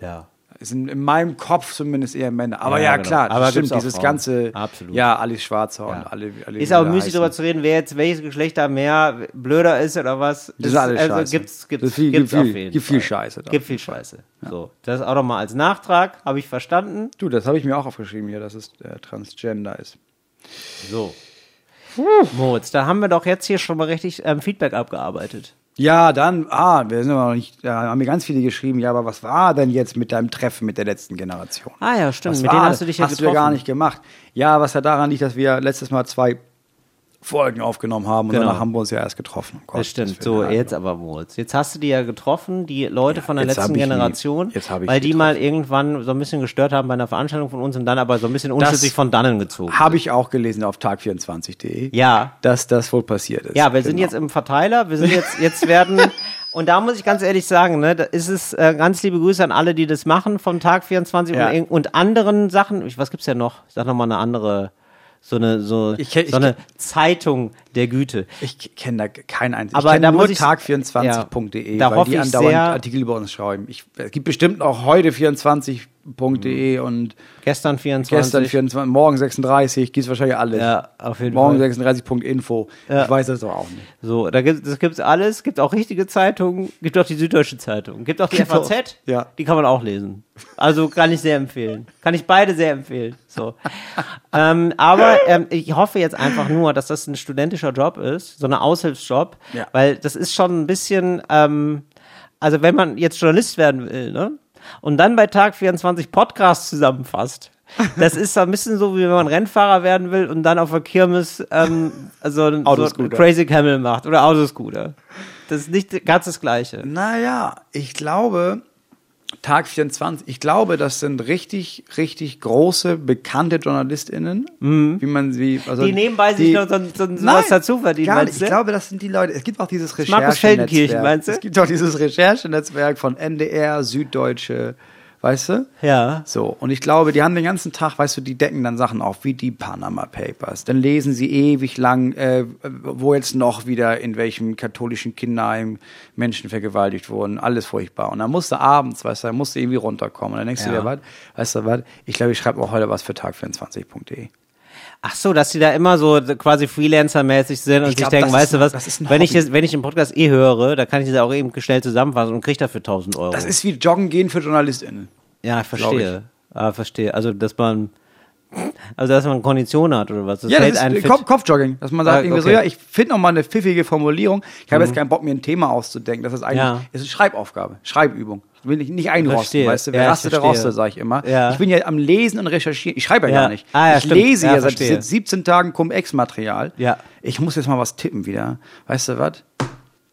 A: Ja.
B: sind in meinem Kopf zumindest eher Männer. Aber
A: Ja,
B: ja,
A: genau.
B: klar, das
A: Aber
B: stimmt,
A: gibt's auch
B: dieses
A: Frauen.
B: ganze,
A: Absolut.
B: ja, Alice Schwarzer
A: ja.
B: und alle, alle
A: ist auch
B: wie sie
A: müßig
B: da
A: drüber
B: heißen.
A: zu reden, wer jetzt welches Geschlecht da mehr blöder ist oder was.
B: Das ist alles scheiße.
A: gibt's,
B: Das
A: gibt's,
B: ist viel-
A: gibt's
B: gibt
A: auf
B: viel-
A: jeden
B: gibt viel
A: Fall.
B: Scheiße da.
A: Gibt viel Scheiße. So, das auch nochmal als Nachtrag, habe ich verstanden.
B: Du, das habe ich mir auch aufgeschrieben hier, dass es äh, Transgender ist.
A: So. Moritz, da haben wir doch jetzt hier schon mal richtig ähm, Feedback abgearbeitet.
B: Ja, dann, ah, wir sind aber noch nicht, da haben mir ganz viele geschrieben, ja, aber was war denn jetzt mit deinem Treffen mit der letzten Generation?
A: Ah ja, stimmt.
B: Was
A: Mit
B: war
A: denen
B: das?
A: hast du dich ja
B: hast du ja
A: getroffen.
B: gar nicht gemacht. Ja, was ja daran liegt, dass wir letztes Mal zwei Folgen aufgenommen haben und
A: Genau.
B: danach haben wir uns ja erst getroffen. Um
A: Das
B: Gottes
A: stimmt. So,
B: Willen.
A: jetzt aber Moritz. Jetzt hast du die ja getroffen, die Leute von der
B: jetzt
A: letzten
B: hab ich die.
A: Generation,
B: Jetzt hab ich
A: weil
B: die
A: die mal irgendwann so ein bisschen gestört haben bei einer Veranstaltung von uns und dann aber so ein bisschen unschlüssig von dannen gezogen.
B: Habe ich auch gelesen auf tag24.de,
A: Ja.
B: dass das wohl passiert ist.
A: Ja, wir sind
B: Genau.
A: jetzt im Verteiler, wir sind jetzt, jetzt
B: *laughs*
A: werden, und da muss ich ganz ehrlich sagen, ne, da ist es äh, ganz liebe Grüße an alle, die das machen vom Tag 24
B: Ja.
A: und, irgend- und anderen Sachen. Ich, was gibt's ja noch? Ich sag nochmal eine andere, so eine, so,
B: Ich kenn- ich
A: so eine Zeitung der Güte.
B: Ich kenne da keinen einzigen.
A: Aber
B: ich
A: da
B: kenne nur
A: muss ich-
B: tag24.de,
A: Ja, da
B: weil
A: hoffe
B: die
A: ich
B: andauernd
A: sehr-
B: Artikel über uns schreiben. Ich, es gibt bestimmt auch heute 24.de
A: Mhm.
B: und
A: Gestern 24.
B: gestern 24, morgen 36, gibt es wahrscheinlich alles.
A: Ja, auf jeden
B: morgen
A: Fall.
B: 36.info. Ich weiß das doch auch nicht.
A: So, da gibt es gibt's alles, gibt auch richtige Zeitungen, gibt auch die Süddeutsche Zeitung, gibt auch die
B: Gibt
A: FAZ,
B: auch, ja.
A: die kann man auch lesen. Also kann ich sehr empfehlen. Kann ich beide sehr empfehlen.
B: *laughs*
A: So. ähm, aber ähm, ich hoffe jetzt einfach nur, dass das ein studentischer Job ist, so ein Aushilfsjob,
B: Ja.
A: weil das ist schon ein bisschen, ähm, also wenn man jetzt Journalist werden will, ne? Und dann bei Tag 24 Podcasts zusammenfasst.
B: *laughs*
A: Das ist so ein bisschen so, wie wenn man Rennfahrer werden will und dann auf der Kirmes ähm, so,
B: *laughs*
A: ein- so ein
B: Autoscooter.
A: Crazy Camel macht oder Autoscooter. Das ist nicht ganz das Gleiche.
B: Naja, ich glaube, Tag 24, ich glaube, das sind richtig, richtig große, bekannte JournalistInnen, wie man sie. Also
A: Mhm. Die nebenbei sich noch so ein- so ein-
B: Nein,
A: was dazu verdienen,
B: gar nicht.
A: meinst du?
B: Ich glaube, das sind die Leute. Es gibt auch dieses
A: Markus Feldenkirchen,
B: Recherchenetzwerk.
A: meinst du?
B: Es gibt auch dieses Recherchenetzwerk von NDR, Süddeutsche, weißt du?
A: Ja.
B: So, und ich glaube, die haben den ganzen Tag, weißt du, die decken dann Sachen auf, wie die Panama Papers. Dann lesen sie ewig lang, äh, wo jetzt noch wieder in welchem katholischen Kinderheim Menschen vergewaltigt wurden. Alles furchtbar. Und dann musst du abends, weißt du, dann musst du irgendwie runterkommen. Und dann denkst du
A: Ja.
B: dir, was, weißt du, was, ich glaube, ich schreibe auch heute was für tag24.de.
A: Ach so, dass die da immer so quasi Freelancer-mäßig sind und
B: Ich glaub,
A: sich denken,
B: das ist
A: weißt du
B: ein-
A: was,
B: das ist ein
A: wenn ich,
B: Hobby.
A: das, wenn ich den Podcast eh höre, da kann ich das auch eben schnell zusammenfassen und krieg dafür 1000 Euro.
B: Das ist wie Joggen gehen für JournalistInnen.
A: ja, ich
B: glaub ich.
A: verstehe. Ah, verstehe. Also, dass man, also, dass man Kondition hat oder was. Das
B: Ja,
A: hält
B: das
A: einen
B: ist
A: Also
B: äh,
A: fit.
B: Kopf Kopfjogging, dass man sagt,
A: Ah,
B: irgendwie so,
A: okay. Mhm.
B: ja, ich finde noch mal eine pfiffige Formulierung. Ich habe jetzt keinen Bock, mir ein Thema auszudenken. Das ist eigentlich,
A: Ja.
B: es ist Schreibaufgabe, Schreibübung. Ich will nicht, nicht einrosten,
A: Verstehe.
B: weißt du, wer
A: Ja, ich
B: rastet, der
A: verstehe.
B: rostet, sage ich immer.
A: Ja.
B: Ich bin ja am Lesen und Recherchieren. Ich schreibe ja,
A: Ja.
B: gar nicht.
A: Ah, ja,
B: ich
A: stimmt.
B: lese
A: Ja,
B: ja, seit
A: verstehe.
B: 17 Tagen Cum-Ex-Material.
A: Ja.
B: Ich muss jetzt mal was tippen wieder. Weißt du was?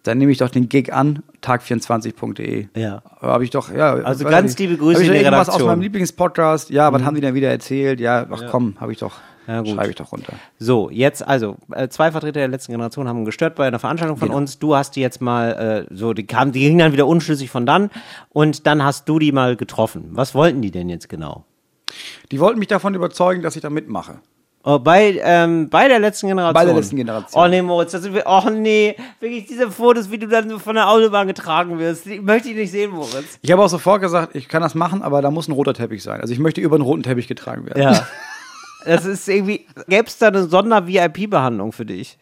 B: Dann nehme ich doch den Gig an, tag24.de.
A: Ja.
B: Habe ich doch, ja.
A: Also
B: weiß
A: ganz
B: ich nicht.
A: liebe Grüße
B: Hab ich
A: in
B: doch
A: die
B: irgendwas aus
A: Redaktion. Mhm.
B: meinem Lieblingspodcast. Ja, was haben die denn wieder erzählt? Ja, ach komm, habe ich doch,
A: Ja, gut.
B: schreibe ich doch runter.
A: So, jetzt also, äh, zwei Vertreter der letzten Generation haben gestört bei einer Veranstaltung
B: Genau.
A: von uns. Du hast die jetzt mal, äh, so, die kamen, die gingen dann wieder unschlüssig von dann und dann hast du die mal getroffen. Was wollten die denn jetzt genau?
B: Die wollten mich davon überzeugen, dass ich da mitmache.
A: Oh, bei, ähm, bei der letzten Generation.
B: Bei der letzten Generation.
A: Oh nee, Moritz, das sind wir, oh nee, wirklich diese Fotos, wie du dann von der Autobahn getragen wirst, die möchte ich nicht sehen, Moritz.
B: Ich habe auch sofort gesagt, ich kann das machen, aber da muss ein roter Teppich sein. Also ich möchte über einen roten Teppich getragen werden.
A: Ja. *laughs* Das ist irgendwie, gäbe es da eine Sonder-VIP-Behandlung für dich?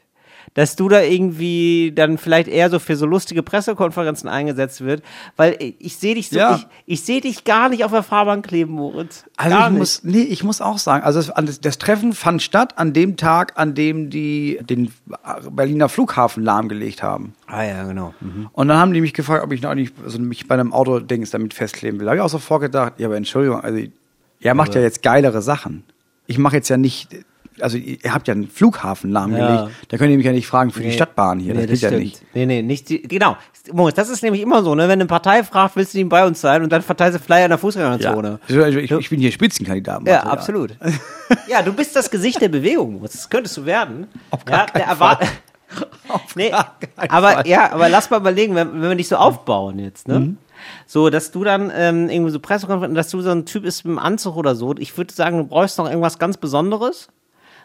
A: Dass du da irgendwie dann vielleicht eher so für so lustige Pressekonferenzen eingesetzt wird, weil ich, ich sehe dich so,
B: Ja.
A: ich, ich sehe dich gar nicht auf der Fahrbahn kleben, Moritz.
B: Also
A: gar
B: ich
A: nicht.
B: muss, nee, ich muss auch sagen, also es- an- das, das Treffen fand statt an dem Tag, an dem die den Berliner Flughafen lahmgelegt haben.
A: Ah ja, genau.
B: Und dann haben die mich gefragt, ob ich noch nicht, also mich bei einem Autodings damit festkleben will. Da habe ich auch sofort gedacht, ja, aber Entschuldigung, also ihr macht ja jetzt geilere Sachen. Ich mache jetzt ja nicht, also ihr habt ja einen Flughafen lahmgelegt.
A: Ja.
B: Da könnt ihr mich ja nicht fragen für die
A: Nee.
B: Stadtbahn hier. das geht ja
A: stimmt.
B: nicht.
A: Nee, nee, nicht die, genau. Moritz, das ist nämlich immer so, ne? Wenn eine Partei fragt, willst du nicht bei uns sein und dann verteilst du Flyer in der Fußgängerzone.
B: Ich, ne? Also, ich, ich bin hier Spitzenkandidat.
A: Ja,
B: Material.
A: absolut.
B: *laughs*
A: *laughs* ja, du bist das Gesicht der Bewegung, Moritz. Das könntest du werden.
B: Auf
A: ja,
B: gar keinen
A: der Erwart-
B: Fall.
A: Nee,
B: gar keinen
A: aber
B: Fall. Mhm.
A: ja, aber lass mal überlegen, wenn, wenn wir dich so aufbauen jetzt, ne? So, dass du dann ähm, irgendwie so Pressekonferenzen, dass du so ein Typ bist mit einem Anzug oder so. Ich würde sagen, du brauchst noch irgendwas ganz Besonderes,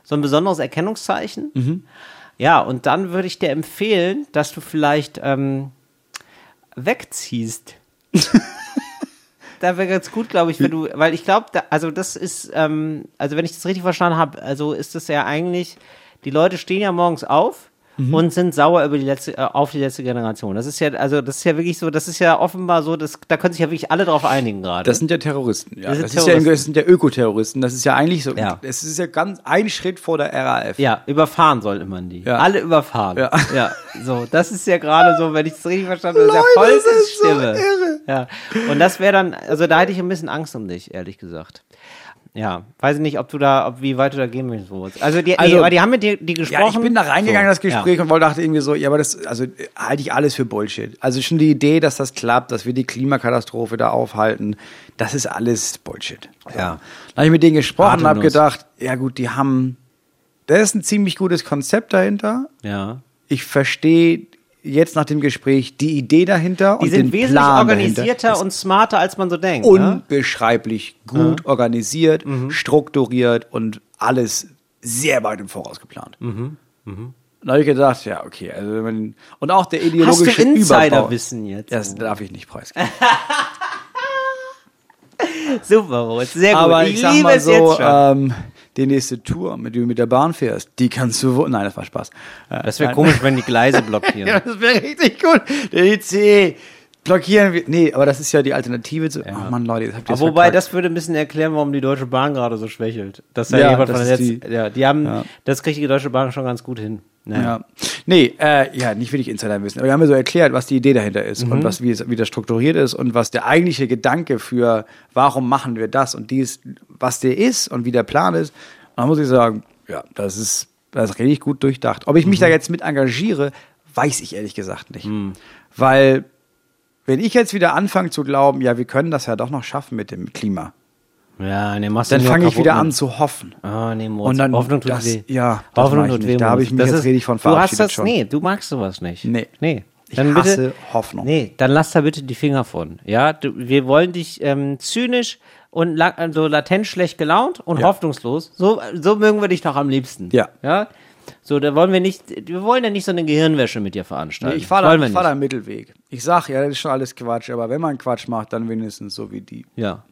A: so ein besonderes Erkennungszeichen. Ja, und dann würde ich dir empfehlen, dass du vielleicht ähm, wegziehst. da wäre ganz gut, glaube ich, wenn du, weil ich glaube, da, also das ist, ähm, also wenn ich das richtig verstanden habe, also ist das ja eigentlich, die Leute stehen ja morgens auf und sind sauer über die letzte, äh, auf die letzte Generation. Das ist ja, also das ist ja wirklich so, das ist ja offenbar so, dass da können sich ja wirklich alle drauf einigen gerade.
B: Das sind ja Terroristen. Ja.
A: Das
B: Das,
A: sind
B: ist
A: Terroristen.
B: Ja, das sind ja Ökoterroristen. Das ist ja eigentlich so.
A: Ja.
B: Es ist ja ganz ein Schritt vor der RAF.
A: Ja, überfahren sollte man die.
B: Ja.
A: Alle überfahren. Ja.
B: Ja.
A: so, das ist ja gerade so, wenn ich es richtig verstanden habe,
B: Leute,
A: der
B: das ist so
A: Volksstimme. Ja. Und das wäre dann, also da hätte ich ein bisschen Angst um dich, ehrlich gesagt. Ja, weiß ich nicht, ob du da, ob, wie weit du da gehen willst. Moritz. Also, die,
B: Also-
A: nee, aber die haben mit dir die gesprochen.
B: Ja, ich bin da reingegangen in das
A: So, ja.
B: Gespräch und wollte dachte irgendwie so, ja, aber das also äh, halte ich alles für Bullshit. Also schon die Idee, dass das klappt, dass wir die Klimakatastrophe da aufhalten, das ist alles Bullshit.
A: Ja.
B: So. Dann habe ich mit denen gesprochen und habe
A: Atemlos.
B: gedacht, ja gut, die haben da ist ein ziemlich gutes Konzept dahinter.
A: Ja.
B: Ich verstehe jetzt nach dem Gespräch die Idee dahinter
A: Die
B: und
A: sind
B: den
A: wesentlich
B: Plan dahinter.
A: organisierter und smarter, als man so denkt. ne? Mhm.
B: unbeschreiblich gut organisiert, strukturiert und alles sehr weit im Voraus geplant.
A: Mhm.
B: Und da habe ich gedacht, ja, okay, also wenn man, und auch der ideologische
A: Hast du Insiderwissen
B: Überbau-
A: jetzt?
B: Das darf ich
A: *laughs*
B: nicht preisgeben.
A: Super, Moritz. Sehr gut.
B: Aber ich, sag mal so,
A: jetzt schon.
B: ähm, die nächste Tour, mit der du mit der Bahn fährst, die kannst du, wo- nein, das war Spaß. Äh,
A: das wäre
B: nein.
A: komisch, wenn die Gleise blockieren.
B: Ja, *laughs* das wäre richtig gut. Der IC blockieren wir, nee, aber das ist ja die Alternative zu, ach man, Leute, jetzt habt ihr
A: Aber wobei,
B: verkackt.
A: das würde ein bisschen erklären, warum die Deutsche Bahn gerade so schwächelt. Dass da
B: Ja,
A: jemand
B: das
A: von der
B: ist
A: letzten,
B: die-
A: ja, die haben,
B: Ja.
A: das kriegt die Deutsche Bahn schon ganz gut hin. Naja.
B: Ja. Nee, äh, ja, nicht wirklich Insider wissen. Aber wir haben ja so erklärt, was die Idee dahinter ist und was, wie, es, wie das strukturiert ist und was der eigentliche Gedanke für, warum machen wir das und dies, was der ist und wie der Plan ist. Und da muss ich sagen, ja, das ist, das ist richtig gut durchdacht. Ob ich mich da jetzt mit engagiere, weiß ich ehrlich gesagt nicht. Weil, wenn ich jetzt wieder anfange zu glauben, ja, wir können das ja doch noch schaffen mit dem Klima,
A: Ja, nee, machst du
B: dann
A: nur
B: fange ich
A: kaputt ne?
B: wieder
A: mit.
B: an zu hoffen.
A: Ah, nee, Moritz.
B: Und dann-
A: Hoffnung tut
B: das-
A: weh.
B: ja, das
A: Hoffnung
B: mach ich
A: tut
B: nicht.
A: weh.
B: Da habe
A: Moritz.
B: ich mich
A: Das
B: jetzt
A: ist-
B: richtig von
A: Du hast
B: verabschiedet
A: das,
B: schon.
A: nee, du magst sowas nicht.
B: Nee.
A: Nee.
B: Ich
A: Dann bitte,
B: hasse Hoffnung.
A: Nee, dann lass da bitte die Finger von. Ja, du, wir wollen dich ähm, zynisch und la also latent schlecht gelaunt und
B: Ja.
A: hoffnungslos. So, so mögen wir dich doch am liebsten.
B: Ja.
A: Ja. So, da wollen wir nicht, wir wollen ja nicht so eine Gehirnwäsche mit dir veranstalten.
B: Nee, ich fahre
A: Wollen
B: da,
A: wir
B: ich fahr da
A: nicht.
B: einen Mittelweg. Ich sag, ja, das ist schon alles Quatsch, aber wenn man Quatsch macht, dann wenigstens so wie die.
A: Ja.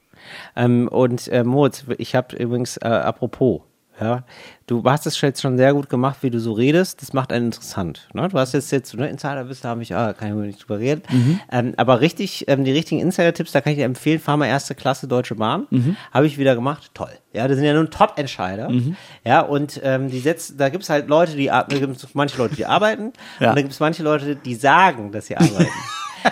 A: Ähm, und äh, Moritz, ich habe übrigens, äh, apropos, ja, du hast es jetzt schon sehr gut gemacht, wie du so redest. Das macht einen interessant. Ne? Du hast jetzt jetzt, ne, Insider bist, da habe ich, ah, kann ich wohl nicht drüber reden.
B: Mhm.
A: Ähm, aber richtig, ähm, die richtigen Insider-Tipps, da kann ich dir empfehlen, fahr mal erste Klasse Deutsche Bahn.
B: Mhm.
A: Habe ich wieder gemacht. Toll. Ja, das sind ja nun Top-Entscheider. Ja, und ähm, die setzen, da gibt es halt Leute, die ar- da gibt's manche Leute, die arbeiten,
B: Ja.
A: und da gibt es manche Leute, die sagen, dass sie arbeiten.
B: *laughs*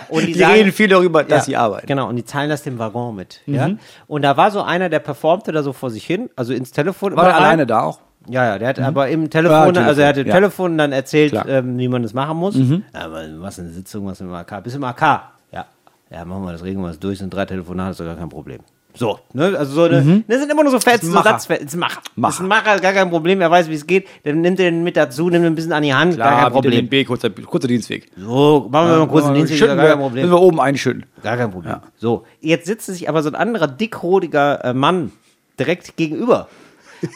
A: Und
B: Die reden viel darüber, dass sie arbeiten. Mhm.
A: Genau, und die zahlen das dem Waggon mit. Ja? Und da war so einer, der performte da so vor sich hin, also ins Telefon.
B: War
A: immer
B: er
A: rein.
B: alleine da auch?
A: Ja, ja, der hat aber im Telefon,
B: Ja,
A: also er hat im
B: Telefon, ja.
A: Telefon dann erzählt,
B: Klar. Mhm.
A: ähm, wie man das machen muss. Aber was eine Sitzung, was im AK? Bis im AK. Ja, ja, machen wir das, regeln wir das durch, sind drei Telefonate, ist doch gar kein Problem. So, ne, also so eine, das sind immer nur so Fetzen, so
B: Mhm. Macher.
A: Satzfetzen, ist ein Macher.
B: Macher.
A: Ist ein Macher, gar kein Problem, er weiß, wie es geht, dann nimmt er den mit dazu, nimmt ihn ein bisschen an die Hand, gar kein
B: wieder den
A: Problem.
B: B, kurzer, kurzer Dienstweg.
A: So, machen wir mal kurz einen Dienst,
B: Schütten
A: gar kein
B: wir,
A: Problem.
B: müssen wir oben einschütten.
A: Gar kein Problem. So, jetzt sitzt sich aber so ein anderer dickrodiger äh, Mann direkt gegenüber.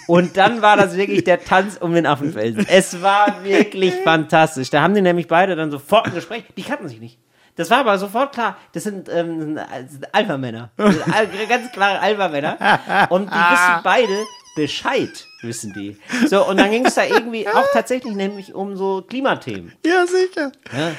A: Und dann war das wirklich der Tanz um den Affenfelsen. Es war wirklich fantastisch. Da haben die nämlich beide dann sofort ein Gespräch. Die kannten sich nicht. Das war aber sofort klar. Das sind, ähm, das sind Alpha-Männer. Das sind al- *laughs* Ganz klare Alpha-Männer. Und die wissen beide Bescheid, wissen die. So, und dann ging es da irgendwie auch tatsächlich nämlich um so Klimathemen.
B: Ja, sicher.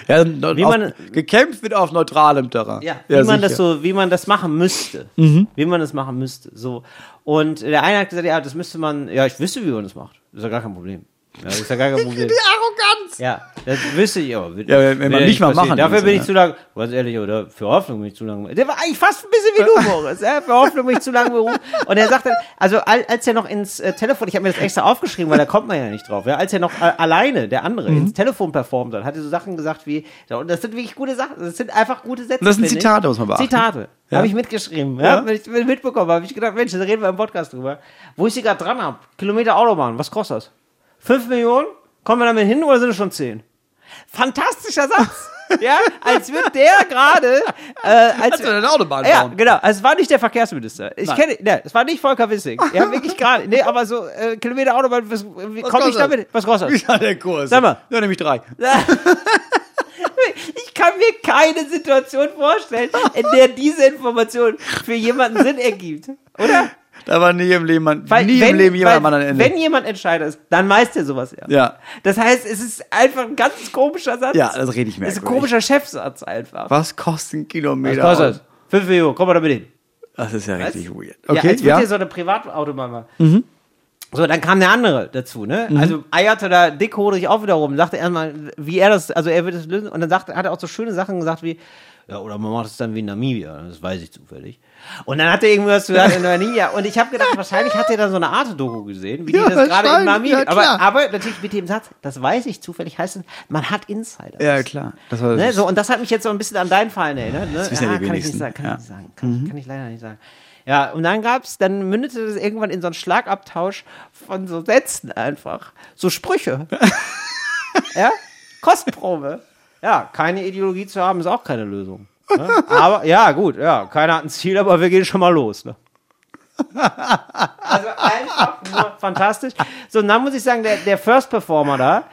A: Ja.
B: ne-
A: Wie
B: auf,
A: man-
B: gekämpft wird auf neutralem Terrain.
A: Ja, wie man das so, wie man das machen müsste.
B: Mhm.
A: Wie man das machen müsste. So. Und der eine hat gesagt, ja, das müsste man, ja, ich wüsste, wie man das macht. Ist ja gar kein Problem. Ja, ist ja gar
B: *laughs*
A: kein Problem.
B: Arroganz!
A: Ja, das wüsste ich aber.
B: Ja, wenn- wenn man
A: Will
B: nicht mal
A: passieren.
B: machen
A: Dafür
B: muss,
A: bin
B: ja.
A: ich zu lang, was ehrlich, oder für Hoffnung bin ich zu lang. Der war eigentlich fast ein bisschen
B: *laughs*
A: wie du, Moritz. Ja, für Hoffnung bin ich zu lang berufen. Und er sagte, also al- als er noch ins äh, Telefon, ich habe mir das extra aufgeschrieben, weil da kommt man ja nicht drauf. Ja, als er noch äh, alleine, der andere,
B: Mhm.
A: ins Telefon performt hat, hat er so Sachen gesagt wie, ja, und das sind wirklich gute Sachen, das sind einfach gute Sätze.
B: Und das sind
A: finde ich.
B: Zitate, muss man beachten.
A: Zitate.
B: Ja.
A: Habe ich mitgeschrieben, ja,
B: Ja.
A: wenn ich mitbekommen habe. Ich gedacht, Mensch, da reden wir im Podcast drüber. Wo ich sie gerade dran habe, Kilometer Autobahn, was kostet das? 5 Millionen? Kommen wir damit hin oder sind es schon 10? Fantastischer *laughs* Satz! ja, als wird der gerade. Äh, als
B: wir eine Autobahn
A: ja,
B: bauen.
A: genau. Also es war nicht der Verkehrsminister. Ich
B: Nein.
A: kenne, ne, es war nicht Volker *laughs* Wissing. Ja, wirklich gerade. Nee, aber so äh, Kilometer Autobahn, was, wie komme ich
B: kostet das?
A: damit? Was kostet das?
B: Ja, der Kurs.
A: Sag mal.
B: Ja, nämlich drei.
A: *laughs* Ich kann mir keine Situation vorstellen, in der diese Information für jemanden Sinn ergibt. Oder?
B: Da war nie im Leben, man,
A: Weil
B: nie
A: wenn,
B: im Leben jemand am
A: weil,
B: anderen Ende.
A: Wenn jemand Entscheider ist, dann meist er sowas ja.
B: Ja.
A: Das heißt, es ist einfach ein ganz komischer Satz.
B: Ja, das rede ich
A: Das ist ein
B: merkwürdig.
A: komischer Chefsatz einfach.
B: Was kostet ein Kilometer?
A: das? 5 Millionen, komm mal damit hin.
B: Das ist ja richtig
A: Was?
B: weird.
A: ja,
B: Okay,
A: als
B: ja.
A: würde so eine Privatautobahn machen.
B: Mhm.
A: So, dann kam der andere dazu, ne? Also eierte da dickhodig auch wieder rum, sagte erstmal, wie er das, also er wird das lösen. Und dann sagte, hat er auch so schöne Sachen gesagt wie, ja, oder man macht es dann wie in Namibia, das weiß ich zufällig. Und dann hat er irgendwas gesagt in Namibia. Und ich habe gedacht, wahrscheinlich hat er dann so eine Art Doku gesehen, wie
B: Ja,
A: die das gerade in
B: wahrscheinlich,
A: Namibia.
B: ja,
A: aber,
B: klar.
A: aber natürlich mit dem Satz, das weiß ich zufällig, heißt, es, man hat Insider.
B: Ja, klar. Das war
A: Ne, so, und das hat mich jetzt so ein bisschen an deinen Fallen erinnert. Ne?
B: wissen
A: kann
B: ja die
A: ich nicht
B: wenigsten,
A: sagen, kann
B: ja. Mhm.
A: ich nicht sagen. Kann, kann ich leider nicht sagen. Ja, und dann gab's, dann mündete das irgendwann in so einen Schlagabtausch von so Sätzen einfach. So
B: *laughs*
A: Sprüche. ja? Kostprobe. Ja, keine Ideologie zu haben, ist auch keine Lösung. Ne? Aber, ja, gut, ja, keiner hat ein Ziel, aber wir gehen schon mal los. Ne? Also einfach nur fantastisch. So, und dann muss ich sagen, der, der First Performer da,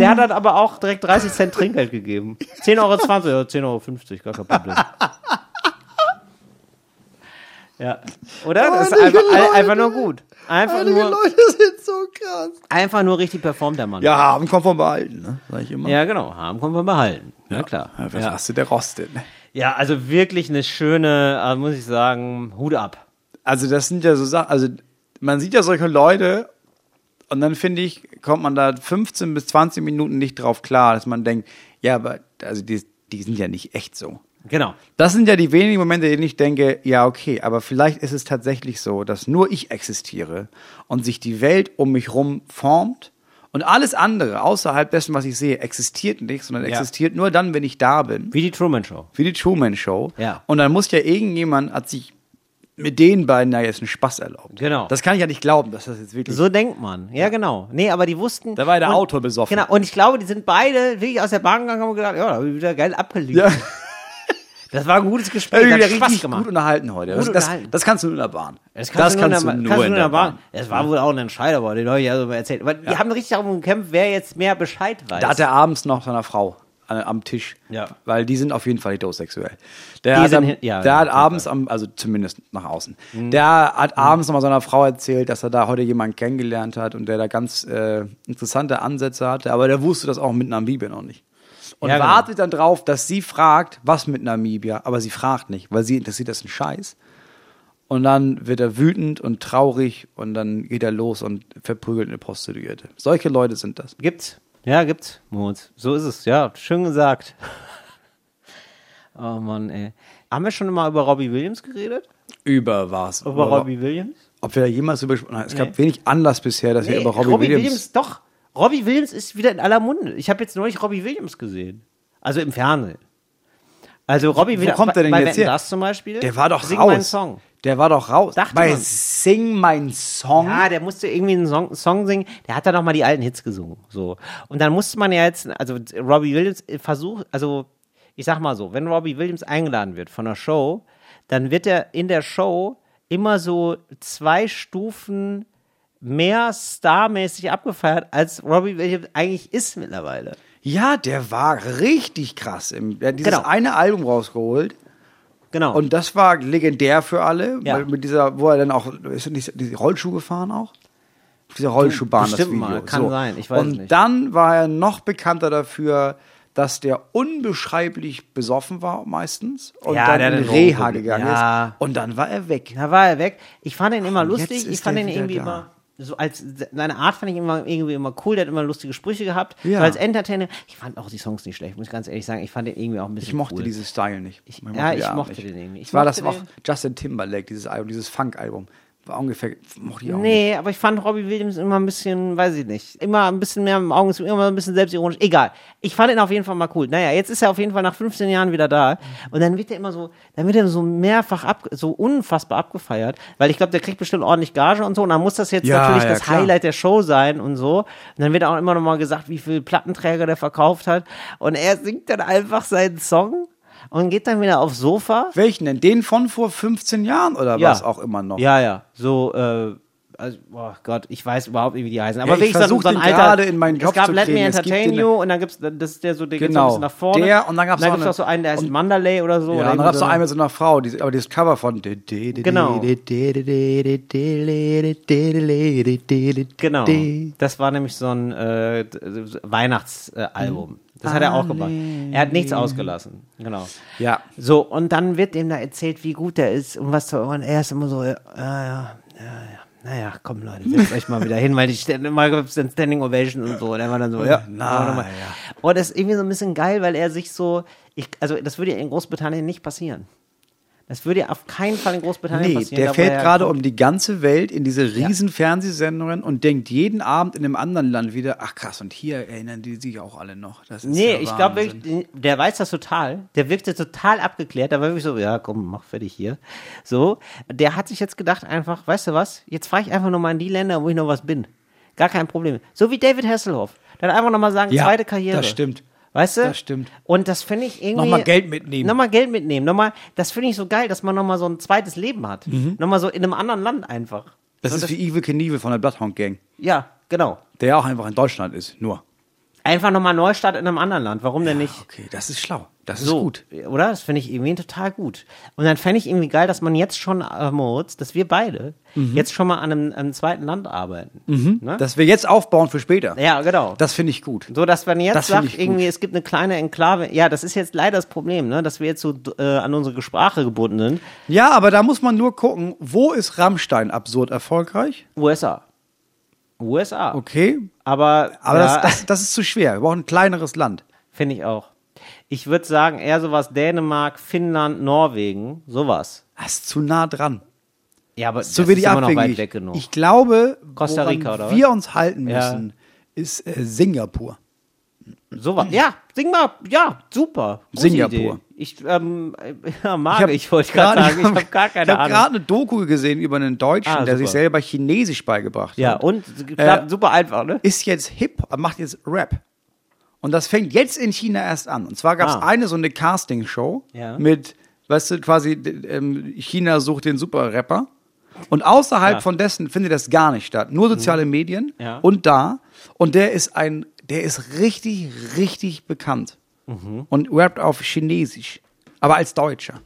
A: der hat dann aber auch direkt 30 Cent Trinkgeld gegeben. 10,20 Euro, oder 10,50 Euro, gar kein Problem. Ja, oder? Das ist
B: Einige
A: einfach,
B: Leute.
A: einfach nur gut. Einfach nur,
B: Leute sind so krass.
A: einfach nur richtig performt der Mann.
B: Ja, haben konform behalten, ne? Sag ich immer.
A: Ja, genau. Haben können wir behalten. Ja, klar.
B: Ja, was
A: Ja.
B: hast du der rostet? ne?
A: ja, also wirklich eine schöne, äh, muss ich sagen, Hut ab.
B: Also, das sind ja so Sachen, also man sieht ja solche Leute und dann finde ich, kommt man da 15 bis 20 Minuten nicht drauf klar, dass man denkt, ja, aber also die, die sind ja nicht echt so.
A: Genau.
B: Das sind ja die wenigen Momente, in denen ich denke, ja, okay, aber vielleicht ist es tatsächlich so, dass nur ich existiere und sich die Welt um mich herum formt und alles andere außerhalb dessen, was ich sehe, existiert nicht, sondern
A: Ja.
B: existiert nur dann, wenn ich da bin,
A: Wie die Truman Show.
B: wie die Truman Show.
A: Ja.
B: Und dann muss ja irgendjemand hat sich mit den beiden da jetzt einen Spaß erlaubt.
A: Genau.
B: Das kann ich ja nicht glauben, dass das jetzt wirklich
A: So denkt man. Ja, genau. Nee, aber die wussten.
B: Da war der
A: und-
B: Autor besoffen.
A: Genau. Und ich glaube, die sind beide wirklich aus der Bahn gegangen und haben gedacht, ja, da hab ich wieder geil abgeliefert.
B: *laughs* Ja.
A: Das war ein gutes
B: Ja,
A: Gespräch.
B: wir
A: Hat
B: richtig
A: Spaß gemacht.
B: gut unterhalten heute. das,
A: unterhalten.
B: Das, das kannst du nur in der Bahn.
A: Das kannst, du, nur in der, kannst du nur in der Bahn. Es war wohl auch ein Entscheider, aber den habe ich ja so mal erzählt. Aber die haben richtig darum gekämpft, wer jetzt mehr Bescheid weiß.
B: Da hat er abends noch seiner Frau an, am Tisch.
A: Ja.
B: Weil die sind auf jeden Fall heterosexuell. Der
A: Die
B: hat,
A: sind
B: am,
A: he- ja,
B: der
A: ja,
B: hat
A: auf jeden Mhm.
B: abends, am, also zumindest nach außen, der hat abends nochmal seiner Frau erzählt, dass er da heute jemanden kennengelernt hat und der da ganz äh, interessante Ansätze hatte, aber der wusste das auch mit Namibia noch nicht. Und
A: Ja, genau.
B: wartet dann drauf, dass sie fragt, was mit Namibia, aber sie fragt nicht, weil sie interessiert das einen Scheiß. Und dann wird er wütend und traurig und dann geht er los und verprügelt eine Prostituierte. Solche Leute sind das.
A: Gibt's. Ja, gibt's, Moritz. So ist es, ja. Schön gesagt. *laughs* Oh Mann, ey. Haben wir schon mal über Robbie Williams geredet?
B: Über was?
A: Über Robbie Williams?
B: Ob wir da jemals drüber gesprochen haben? Es gab
A: Nee.
B: wenig Anlass bisher, dass wir
A: Nee,
B: über Robbie, Williams.
A: Doch, Robbie Williams ist wieder in aller Munde. Ich habe jetzt neulich Robbie Williams gesehen. Also im Fernsehen. Also Robbie Williams.
B: kommt er denn
A: bei
B: jetzt
A: Wetten,
B: her?
A: Das zum Beispiel.
B: Der war doch
A: Sing
B: raus.
A: Mein Song.
B: Der war doch raus.
A: Dachte
B: Bei
A: man.
B: Sing mein Song.
A: Ja, der musste irgendwie einen Song, Song singen. Der hat dann nochmal die alten Hits gesungen. So. Und dann musste man ja jetzt, also Robbie Williams äh, versucht, also ich sag mal so, wenn Robbie Williams eingeladen wird von einer Show, dann wird er in der Show immer so zwei Stufen mehr starmäßig abgefeiert, als Robbie Williams eigentlich ist mittlerweile.
B: Ja, der war richtig krass. Im, der hat dieses
A: Genau.
B: eine Album rausgeholt.
A: Genau.
B: Und das war legendär für alle,
A: Ja.
B: weil mit dieser, wo er dann auch, ist er nicht diese Rollschuh gefahren auch? Auf dieser Rollschuhbahn das
A: bestimmt
B: Video.
A: mal, kann sein, ich weiß
B: Und
A: nicht.
B: dann war er noch bekannter dafür, dass der unbeschreiblich besoffen war meistens und
A: Ja, der
B: dann
A: hat
B: in
A: ein
B: Reha
A: Drogenproblem.
B: gegangen
A: Ja.
B: ist und dann war er weg.
A: Da war er weg. Ich fand ihn immer
B: jetzt
A: lustig. Ich
B: ist
A: fand
B: er
A: ihn
B: wieder
A: irgendwie
B: da.
A: immer so als seine Art fand ich immer irgendwie immer cool. Der hat immer lustige Sprüche gehabt.
B: Ja.
A: So als Entertainer. Ich fand auch die Songs nicht schlecht. Muss ich ganz ehrlich sagen. Ich fand den irgendwie auch ein bisschen
B: Ich mochte
A: cool.
B: diesen Style nicht.
A: Ich-
B: mochte
A: ja,
B: die
A: ich
B: Art
A: mochte den irgendwie. Ich
B: war
A: mochte
B: das auch
A: den-
B: Justin Timberlake, dieses Album, dieses Funk-Album. War ungefähr, mochte ich auch nicht.
A: Nee, aber ich fand Robbie Williams immer ein bisschen, weiß ich nicht, immer ein bisschen mehr im Augen, immer ein bisschen selbstironisch. Egal. Ich fand ihn auf jeden Fall mal cool. Naja, jetzt ist er auf jeden Fall nach 15 Jahren wieder da.
B: Mhm.
A: Und dann wird er immer so, dann wird er so mehrfach ab, so unfassbar abgefeiert. Weil ich glaube, der kriegt bestimmt ordentlich Gage und so. Und dann muss das jetzt
B: Ja,
A: natürlich
B: ja,
A: das
B: klar.
A: Highlight der Show sein und so. Und dann wird auch immer nochmal gesagt, wie viel Plattenträger der verkauft hat. Und er singt dann einfach seinen Song und geht dann wieder aufs Sofa.
B: Welchen denn? Den von vor 15 Jahren oder was auch immer noch?
A: Ja, ja. So, äh, also, boah Gott, ich weiß überhaupt nicht, wie die heißen. Aber
B: Ja, ich
A: wirklich so, ein-
B: versuch
A: so ein
B: den
A: alter,
B: gerade in meinen Job
A: Es gab
B: zu
A: Let Me
B: kriegen. Es gibt
A: Entertain
B: den-
A: You und dann gibt's, das ist der so, der geht so ein
B: Genau.
A: bisschen nach vorne.
B: Der und dann gab's noch
A: auch so einen, der heißt Mandalay oder so.
B: Ja,
A: oder
B: dann gab
A: irgendwie
B: es
A: so
B: noch einmal so eine Frau, die, aber dieses Cover von.
A: Genau.
B: Genau.
A: Genau. Das war nämlich so ein äh, Weihnachtsalbum. Das hat er auch gemacht. Er hat nichts ausgelassen. Genau.
B: Hm. Ja.
A: So, und dann wird dem da erzählt, wie gut er ist und was da. Und er ist immer so, äh, ja, ja, ja. Naja, komm Leute, setzt euch mal wieder hin, weil ich immer gibt's dann Standing Ovation und so. Und er war dann so, ja,
B: na,
A: nochmal.
B: ja.
A: Und das ist irgendwie so ein bisschen geil, weil er sich so, ich, also das würde ja in Großbritannien nicht passieren. Das würde ja auf keinen Fall in Großbritannien
B: Nee,
A: passieren.
B: der
A: da, wo er
B: fährt
A: ja
B: gerade um die ganze Welt in diese riesen Fernsehsendungen und denkt jeden Abend in einem anderen Land wieder, ach krass, und hier erinnern die sich auch alle noch. Das ist
A: Nee,
B: ja
A: ich glaube
B: Wahnsinn.
A: wirklich, der weiß das total. Der wirkte total abgeklärt. Da war wirklich so, ja, komm, mach fertig hier. So, der hat sich jetzt gedacht einfach, weißt du was, jetzt fahre ich einfach nochmal in die Länder, wo ich noch was bin. Gar kein Problem. So wie David Hasselhoff. Dann einfach nochmal sagen,
B: Ja,
A: zweite Karriere.
B: das stimmt.
A: Weißt du?
B: Das stimmt.
A: Und das finde ich irgendwie.
B: Nochmal Geld mitnehmen.
A: Nochmal Geld mitnehmen. Nochmal, das finde ich so geil, dass man nochmal so ein zweites Leben hat.
B: Mhm.
A: Nochmal so in einem anderen Land einfach.
B: Das
A: So,
B: ist wie Evil Knievel von der Bloodhound Gang,
A: ja, genau.
B: der ja auch einfach in Deutschland ist, nur.
A: Einfach nochmal Neustart in einem anderen Land. Warum denn nicht?
B: Okay, das ist schlau. Das
A: so,
B: ist gut.
A: Oder? Das finde ich irgendwie total gut. Und dann fände ich irgendwie geil, dass man jetzt schon, äh, Moritz, dass wir beide
B: Mhm.
A: jetzt schon mal an einem, einem zweiten Land arbeiten. Ne?
B: Dass wir jetzt aufbauen für später.
A: ja, genau.
B: Mhm. Das finde ich gut.
A: so, dass man jetzt
B: das finde
A: sagt,
B: ich
A: irgendwie,
B: gut.
A: es gibt eine kleine Enklave. Ja, das ist jetzt leider das Problem, ne? dass wir jetzt so äh, an unsere Sprache gebunden sind.
B: Ja, aber da muss man nur gucken, wo ist Rammstein absurd erfolgreich?
A: USA. USA.
B: Okay.
A: Aber,
B: Aber
A: ja,
B: das, das, das ist zu schwer. Wir brauchen ein kleineres Land.
A: finde ich auch. Ich würde sagen, eher sowas Dänemark, Finnland, Norwegen, sowas.
B: Das ist zu nah dran.
A: Ja, aber
B: Zu
A: das
B: wenig
A: ist immer noch weit
B: abhängig.
A: weg genug.
B: Ich glaube,
A: Costa
B: woran
A: Rica, oder was?
B: wir uns halten
A: Ja.
B: müssen, ist äh, Singapur.
A: Sowas. Ja, sing mal. Ja, super. Gute
B: Singapur.
A: Idee. Ich ähm, *laughs* ja, mag ich, wollte gerade sagen, ich
B: *laughs*
A: habe gar keine
B: ich hab
A: Ahnung.
B: gerade eine Doku gesehen über einen Deutschen,
A: Ah,
B: der sich
A: super.
B: selber Chinesisch beigebracht
A: Ja,
B: hat.
A: und es klappt
B: Äh,
A: super einfach, ne?
B: Ist jetzt hip, macht jetzt Rap. Und das fängt jetzt in China erst an. Und zwar gab es
A: Ah.
B: eine so eine Castingshow
A: Ja.
B: mit, weißt du, quasi d- ähm, China sucht den Superrapper. Und außerhalb
A: Ja. Mhm.
B: von dessen findet das gar nicht statt. Nur soziale Medien
A: Ja.
B: und da. Und der ist ein, der ist richtig, richtig bekannt.
A: Mhm.
B: Und rappt auf Chinesisch. Aber als Deutscher.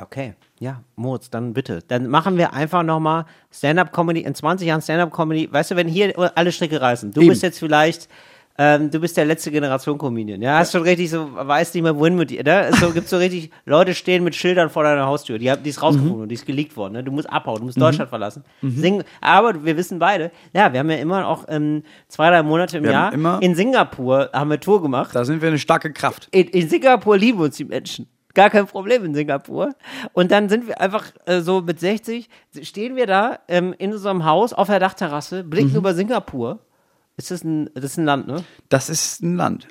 A: Okay. Ja, Moritz, dann bitte. Dann machen wir einfach nochmal Stand-up-Comedy, in 20 Jahren Stand-up-Comedy. Weißt du, wenn hier alle Stricke reißen, du
B: Eben.
A: bist jetzt vielleicht, ähm, du bist der letzte Generation Comedian. Ja, hast schon richtig so, weiß nicht mehr, wohin mit dir, ne? So gibt's so
B: *laughs*
A: richtig, Leute stehen mit Schildern vor deiner Haustür. Die, hab- die
B: Mhm.
A: ist rausgefunden und die ist geleakt worden, ne? Du musst abhauen, du musst Deutschland verlassen. Sing, aber wir wissen beide, ja, wir haben ja immer auch ähm, zwei, drei Monate im
B: Wir haben
A: Jahr
B: immer-
A: in Singapur haben wir Tour gemacht.
B: Da sind wir eine starke Kraft.
A: In, in Singapur lieben uns die Menschen. Gar kein Problem in Singapur. Und dann sind wir einfach äh, so mit 60, stehen wir da ähm, in unserem Haus auf der Dachterrasse,
B: Mhm.
A: blicken über Singapur. Ist das ein, das ist ein Land, ne?
B: Das ist ein Land.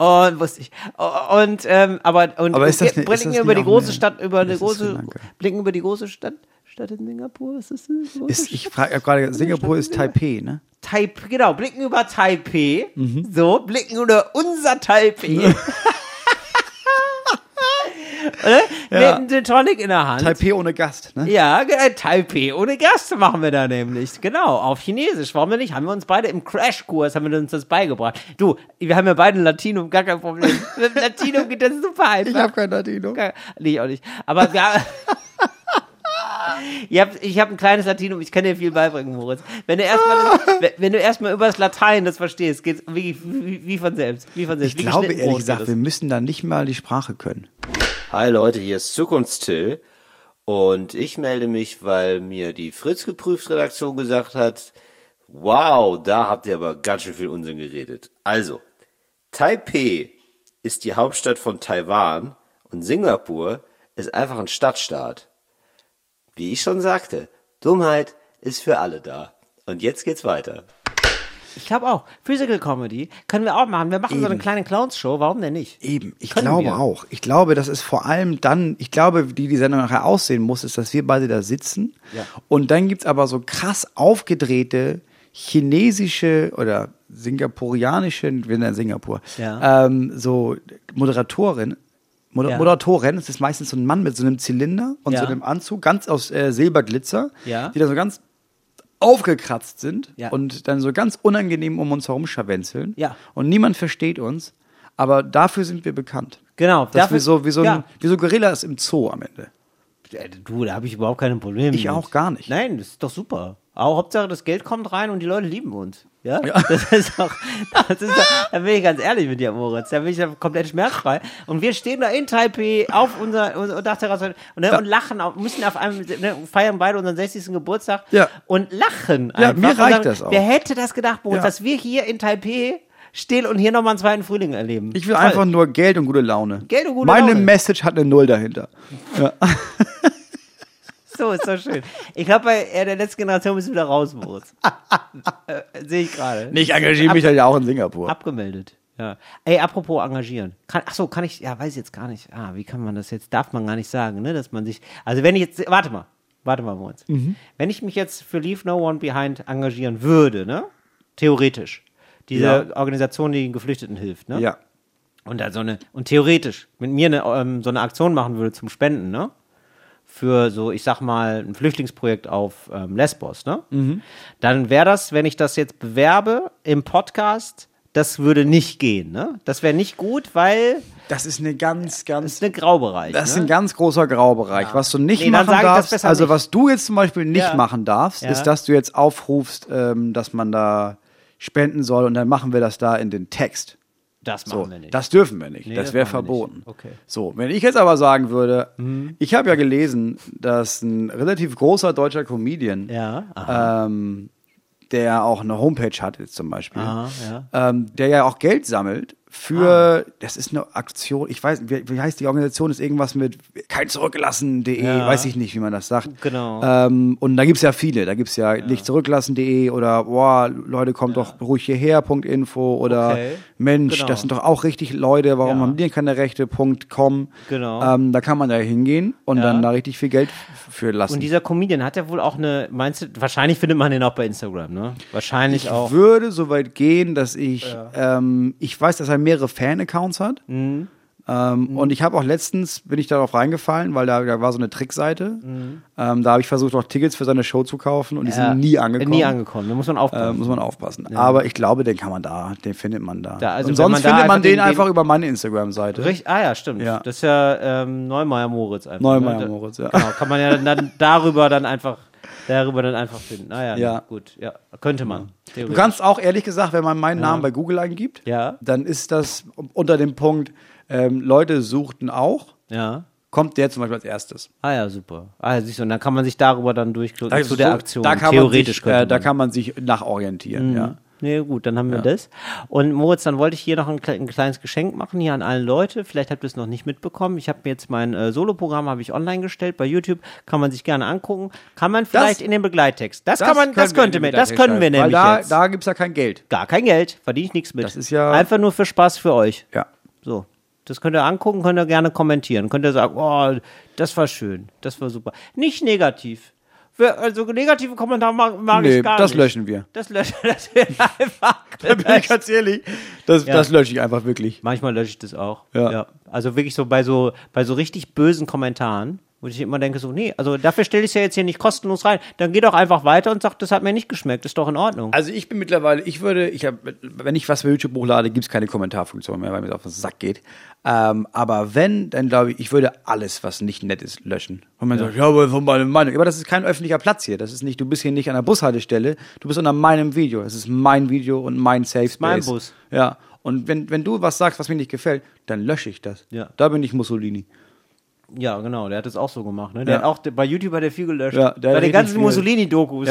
A: Ja. Und wusste ich. Und ähm, aber und
B: Aber ist das
A: wir
B: nicht- ist
A: blicken
B: das
A: über
B: nicht
A: die
B: auch
A: große
B: eine-
A: Stadt, über eine
B: das ist Sri
A: große
B: Lanka.
A: blicken über die große Stadt, Stadt in Singapur. Ist das eine große
B: Ist, ich
A: Stadt?
B: frage gerade, Singapur ist Taipei, ne?
A: Taipei, genau, blicken über Taipei.
B: Mhm.
A: So, blicken über unser Taipei. *laughs* Oder?
B: Ja.
A: einen Gin Tonic in der Hand.
B: Taipei ohne Gast, ne?
A: Ja, ge- äh, Taipei ohne Gast machen wir da nämlich. Genau, auf Chinesisch. Warum denn nicht? Haben wir uns beide im Crashkurs, haben wir uns das beigebracht. Du, wir haben ja beide Latinum, gar kein
B: *laughs*
A: Problem. Mit Latinum geht das super einfach.
B: Ich habe kein Latino.
A: Gar- Nee, ich auch nicht. Aber wir haben... Ich habe ich hab ein kleines Latinum, ich kann dir viel beibringen, Moritz. Wenn du erstmal das- wenn du erstmal über das Latein das verstehst, geht's wie, wie, wie von selbst, wie von selbst.
B: Ich
A: wie
B: glaube
A: geschnitten
B: ehrlich
A: Brot
B: gesagt,
A: geht
B: wir müssen da nicht mal die Sprache können.
D: Hi Leute, hier ist Zukunftstill und ich melde mich, weil mir die Fritz geprüft Redaktion gesagt hat, wow, da habt ihr aber ganz schön viel Unsinn geredet. Also, Taipei ist die Hauptstadt von Taiwan und Singapur ist einfach ein Stadtstaat. Wie ich schon sagte, Dummheit ist für alle da. Und jetzt geht's weiter.
A: das. Ich glaube auch. Physical Comedy können wir auch machen. Wir machen so eine kleine Clowns-Show, warum denn nicht?
B: Eben, ich
A: Können
B: glaube
A: wir.
B: auch. Ich glaube, das ist vor allem dann, ich glaube, wie die Sendung nachher aussehen muss, ist, dass wir beide da sitzen. Und dann gibt's aber so krass aufgedrehte chinesische oder singapurianische, wir sind ja in Singapur,
A: Ja.
B: ähm, so Moderatorin. Moder
A: Ja.
B: Moderatorin, es ist meistens so ein Mann mit so einem Zylinder und
A: Ja.
B: so einem Anzug, ganz aus äh, Silberglitzer,
A: Ja.
B: die da so ganz aufgekratzt sind
A: Ja.
B: und dann so ganz unangenehm um uns herum scharwenzeln
A: Ja.
B: und niemand versteht uns, aber dafür sind wir bekannt.
A: Genau,
B: Dass
A: dafür-
B: wir so wie so, ein,
A: ja.
B: wie so Gorillas im Zoo am Ende.
A: Äh, Du, da habe ich überhaupt keine Probleme.
B: Ich
A: mit.
B: auch gar nicht.
A: Nein, das ist doch super. Auch Hauptsache, das Geld kommt rein und die Leute lieben uns. Ja, *laughs* das ist doch, das ist doch, da bin ich ganz ehrlich mit dir, Moritz. Da bin ich ja komplett schmerzfrei. Und wir stehen da in Taipei auf unserer, unserer Dachterrasse und, ne, und lachen, auf, müssen auf einem, ne, feiern beide unseren 60. Geburtstag
B: Ja.
A: und lachen.
B: Ja, mir
A: und
B: reicht das auch.
A: Wer hätte das gedacht, Moritz,
B: Ja.
A: dass wir hier in Taipei stehen und hier nochmal einen zweiten Frühling erleben?
B: Ich will
A: Toll.
B: einfach nur Geld und gute Laune.
A: Geld und gute
B: Meine
A: Laune.
B: Message hat eine Null dahinter.
A: So, ist doch schön. Ich glaube, bei äh, der letzten Generation bist du wieder raus,
B: *laughs*
A: Moritz. äh, Sehe ich gerade.
B: Ich engagiere
A: halt
B: mich dann ja auch in Singapur.
A: Abgemeldet. Ja. Ey, apropos engagieren. Kann, ach so, kann ich, ja, weiß ich jetzt gar nicht. Ah, wie kann man das jetzt, darf man gar nicht sagen, ne, dass man sich, also wenn ich jetzt, warte mal, warte mal, Moritz.
B: Mhm.
A: Wenn ich mich jetzt für Leave No One Behind engagieren würde, ne, theoretisch, diese
B: Ja.
A: Organisation, die den Geflüchteten hilft, ne,
B: Ja.
A: und da so eine, und theoretisch mit mir eine, ähm, so eine Aktion machen würde zum Spenden, ne? Für so, ich sag mal, ein Flüchtlingsprojekt auf ähm, Lesbos, ne?
B: Mhm.
A: Dann wäre das, wenn ich das jetzt bewerbe im Podcast, das würde nicht gehen, ne? Das wäre nicht gut, weil
B: Das ist eine ganz,
A: das
B: ganz.
A: ist ein Graubereich.
B: Das ist
A: ne?
B: ein ganz großer Graubereich. Was du nicht
A: Nee, dann
B: machen
A: sage ich das
B: darfst,
A: besser
B: also
A: nicht.
B: was du jetzt zum Beispiel nicht
A: Ja.
B: machen darfst,
A: Ja.
B: ist, dass du jetzt aufrufst, ähm, dass man da spenden soll und dann machen wir das da in den Text.
A: das machen
B: So,
A: wir nicht.
B: das dürfen wir nicht.
A: Nee,
B: das
A: das
B: wäre
A: machen wir nicht.
B: verboten.
A: Okay. Mhm.
B: So, wenn ich jetzt aber sagen würde, ich habe ja gelesen, dass ein relativ großer deutscher Comedian,
A: ja, aha,
B: ähm, der auch eine Homepage hat jetzt zum Beispiel,
A: Aha, ja. Ah.
B: ähm, der ja auch Geld sammelt für, das ist eine Aktion, ich weiß, wie, wie heißt die Organisation, ist irgendwas mit kein zurückgelassen.de,
A: Ja.
B: weiß ich nicht, wie man das sagt.
A: Genau.
B: Ähm, und da gibt es ja viele, da gibt es ja, nicht zurücklassen.de oder, boah, Leute, kommt doch ruhig hierher, Punkt Info oder
A: Okay.
B: Mensch,
A: Genau.
B: das sind doch auch richtig Leute, warum
A: Ja.
B: haben die denn keine Rechte, Punkt com.
A: Genau.
B: Ähm, da kann man da hingehen und
A: Ja.
B: dann da richtig viel Geld f- für lassen.
A: und dieser Comedian hat ja wohl auch eine, meinst du, wahrscheinlich findet man den auch bei Instagram, ne? Wahrscheinlich
B: ich
A: auch.
B: würde so weit gehen, dass ich, ähm, ich weiß, dass er mehrere Fan-Accounts hat.
A: Mhm.
B: Ähm, Und ich habe auch letztens, bin ich darauf reingefallen, weil da, da war so eine Trickseite. Ähm, da habe ich versucht, auch Tickets für seine Show zu kaufen und die
A: Mhm. Ja,
B: sind nie angekommen.
A: Nie angekommen, da muss man aufpassen.
B: Äh, muss man aufpassen. Aber ich glaube, den kann man da, den findet man da.
A: Da, also
B: und
A: wenn
B: sonst
A: man da
B: findet man
A: einfach
B: den,
A: den-
B: einfach über meine Instagram-Seite.
A: Richtig, ah ja, stimmt.
B: Hm? Ja.
A: Das ist ja ähm, Neumeier Moritz einfach.
B: Neumeier
A: ne? Da-
B: Moritz, ja.
A: Genau, kann man ja
B: *laughs*
A: dann darüber dann einfach darüber dann einfach finden. Ah ja,
B: Ja.
A: na gut, ja, könnte man.
B: Du kannst auch ehrlich gesagt, wenn man meinen Namen bei Google eingibt,
A: Ja.
B: dann ist das unter dem Punkt, ähm, Leute suchten auch,
A: Ja.
B: kommt der zum Beispiel als erstes.
A: Ah ja, super. Ah ja, siehst du, und dann kann man sich darüber dann durchklicken zu der
B: so-
A: Aktion.
B: Da kann
A: Theoretisch
B: man sich,
A: könnte
B: äh, Da
A: man. Mhm.
B: kann man sich nachorientieren, ja.
A: Nee, gut, dann haben wir das. Und Moritz, dann wollte ich hier noch ein, kle- ein kleines Geschenk machen hier an alle Leute. Vielleicht habt ihr es noch nicht mitbekommen. Ich habe mir jetzt mein äh, Solo-Programm habe ich online gestellt bei YouTube. Kann man sich gerne angucken. Kann man vielleicht in den Begleittext. Das, kann man, das
B: können
A: könnte
B: wir in
A: mir,
B: den
A: das können wir
B: Datei schreiben,
A: nämlich
B: Weil da,
A: jetzt.
B: da gibt es ja kein Geld.
A: gar kein Geld, verdiene ich nichts mit.
B: Das ist ja-
A: einfach nur für Spaß für euch.
B: *laughs* Ja.
A: So, das könnt ihr angucken, könnt ihr gerne kommentieren, könnt ihr sagen, oh, das war schön, das war super. Nicht negativ, wir, also negative Kommentare mag, mag
B: Nee,
A: ich gar
B: das
A: nicht.
B: löschen wir.
A: Das löschen *laughs* das wird
B: *laughs*
A: einfach
B: Bin ich
A: gelöscht.
B: ganz ehrlich, das, das lösche ich einfach wirklich.
A: Manchmal lösche ich das auch.
B: Ja.
A: Also wirklich so bei so bei so richtig bösen Kommentaren, wo ich immer denke so, nee, also dafür stelle ich es ja jetzt hier nicht kostenlos rein. Dann geh doch einfach weiter und sag, das hat mir nicht geschmeckt, ist doch in Ordnung.
B: Also ich bin mittlerweile, ich würde, ich hab, wenn ich was für YouTube hochlade, gibt es keine Kommentarfunktion mehr, weil mir das auf den Sack geht. Ähm, aber wenn, dann glaube ich, ich würde alles, was nicht nett ist, löschen. Und man sagt, ja, aber von meiner Meinung. Aber das ist kein öffentlicher Platz hier. Das ist nicht, du bist hier nicht an der Bushaltestelle, du bist unter meinem Video. Das ist mein Video und mein Safe Space.
A: mein Bus.
B: Ja. Und wenn, wenn du was sagst, was mir nicht gefällt, dann lösche ich das.
A: Ja.
B: Da bin ich Mussolini.
A: Ja, genau, der hat das auch so gemacht. Ne? Der
B: Ja.
A: hat auch, bei YouTube hat er viel gelöscht.
B: Ja, der hat
A: bei den
B: richtig
A: ganzen
B: viel.
A: Mussolini-Dokus.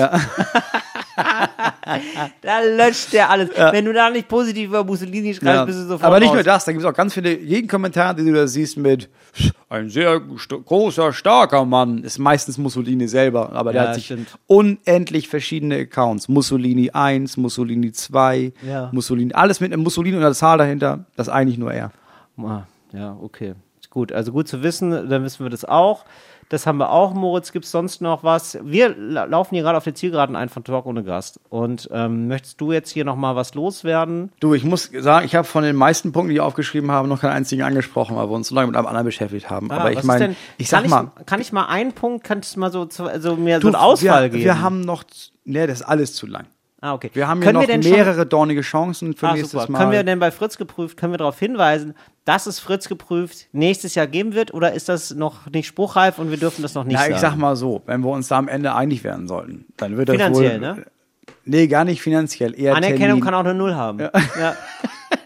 A: *laughs* da löscht der alles. Wenn du da nicht positiv über Mussolini schreibst,
B: Ja.
A: bist du sofort
B: Aber nicht
A: raus.
B: nur das, da gibt es auch ganz viele, jeden Kommentar, den du da siehst mit ein sehr st- großer, starker Mann, ist meistens Mussolini selber, aber der
A: Ja,
B: hat sich
A: stimmt.
B: unendlich verschiedene Accounts. Mussolini 1, Mussolini 2,
A: Ja.
B: Mussolini, alles mit einem Mussolini und einer Zahl dahinter, das ist eigentlich nur er.
A: Ah, ja, okay. Ist Gut, also gut zu wissen, dann wissen wir das auch. Das haben wir auch, Moritz. Gibt es sonst noch was? Wir la laufen hier gerade auf der Zielgeraden ein von Talk ohne Gast. Und ähm, möchtest du jetzt hier nochmal was loswerden?
B: Du, ich muss sagen, ich habe von den meisten Punkten, die ich aufgeschrieben habe, noch keinen einzigen angesprochen, weil wir uns so lange mit einem anderen beschäftigt haben.
A: Ah,
B: aber ich
A: was ist
B: meine,
A: denn-
B: ich sag
A: kann
B: mal,
A: Ich, kann ich mal einen Punkt, kannst du mal so, zu- also mir so
B: du,
A: einen Ausfall
B: wir,
A: geben?
B: wir haben noch, z- nee, das ist alles zu lang.
A: ah, okay.
B: Wir haben ja
A: Können
B: noch
A: wir denn schon-
B: mehrere dornige Chancen für
A: Ah,
B: nächstes
A: super.
B: Mal.
A: Können wir denn bei Fritz geprüft, können wir darauf hinweisen, dass es Fritz geprüft nächstes Jahr geben wird oder ist das noch nicht spruchreif und wir dürfen das noch nicht
B: Na,
A: sagen?
B: ich sag mal so, wenn wir uns da am Ende einig werden sollten, dann wird das
A: Finanziell,
B: wohl,
A: ne?
B: Nee, gar nicht finanziell. Eher
A: Anerkennung
B: Termin.
A: kann auch eine Null haben.
B: *laughs*
A: Ja.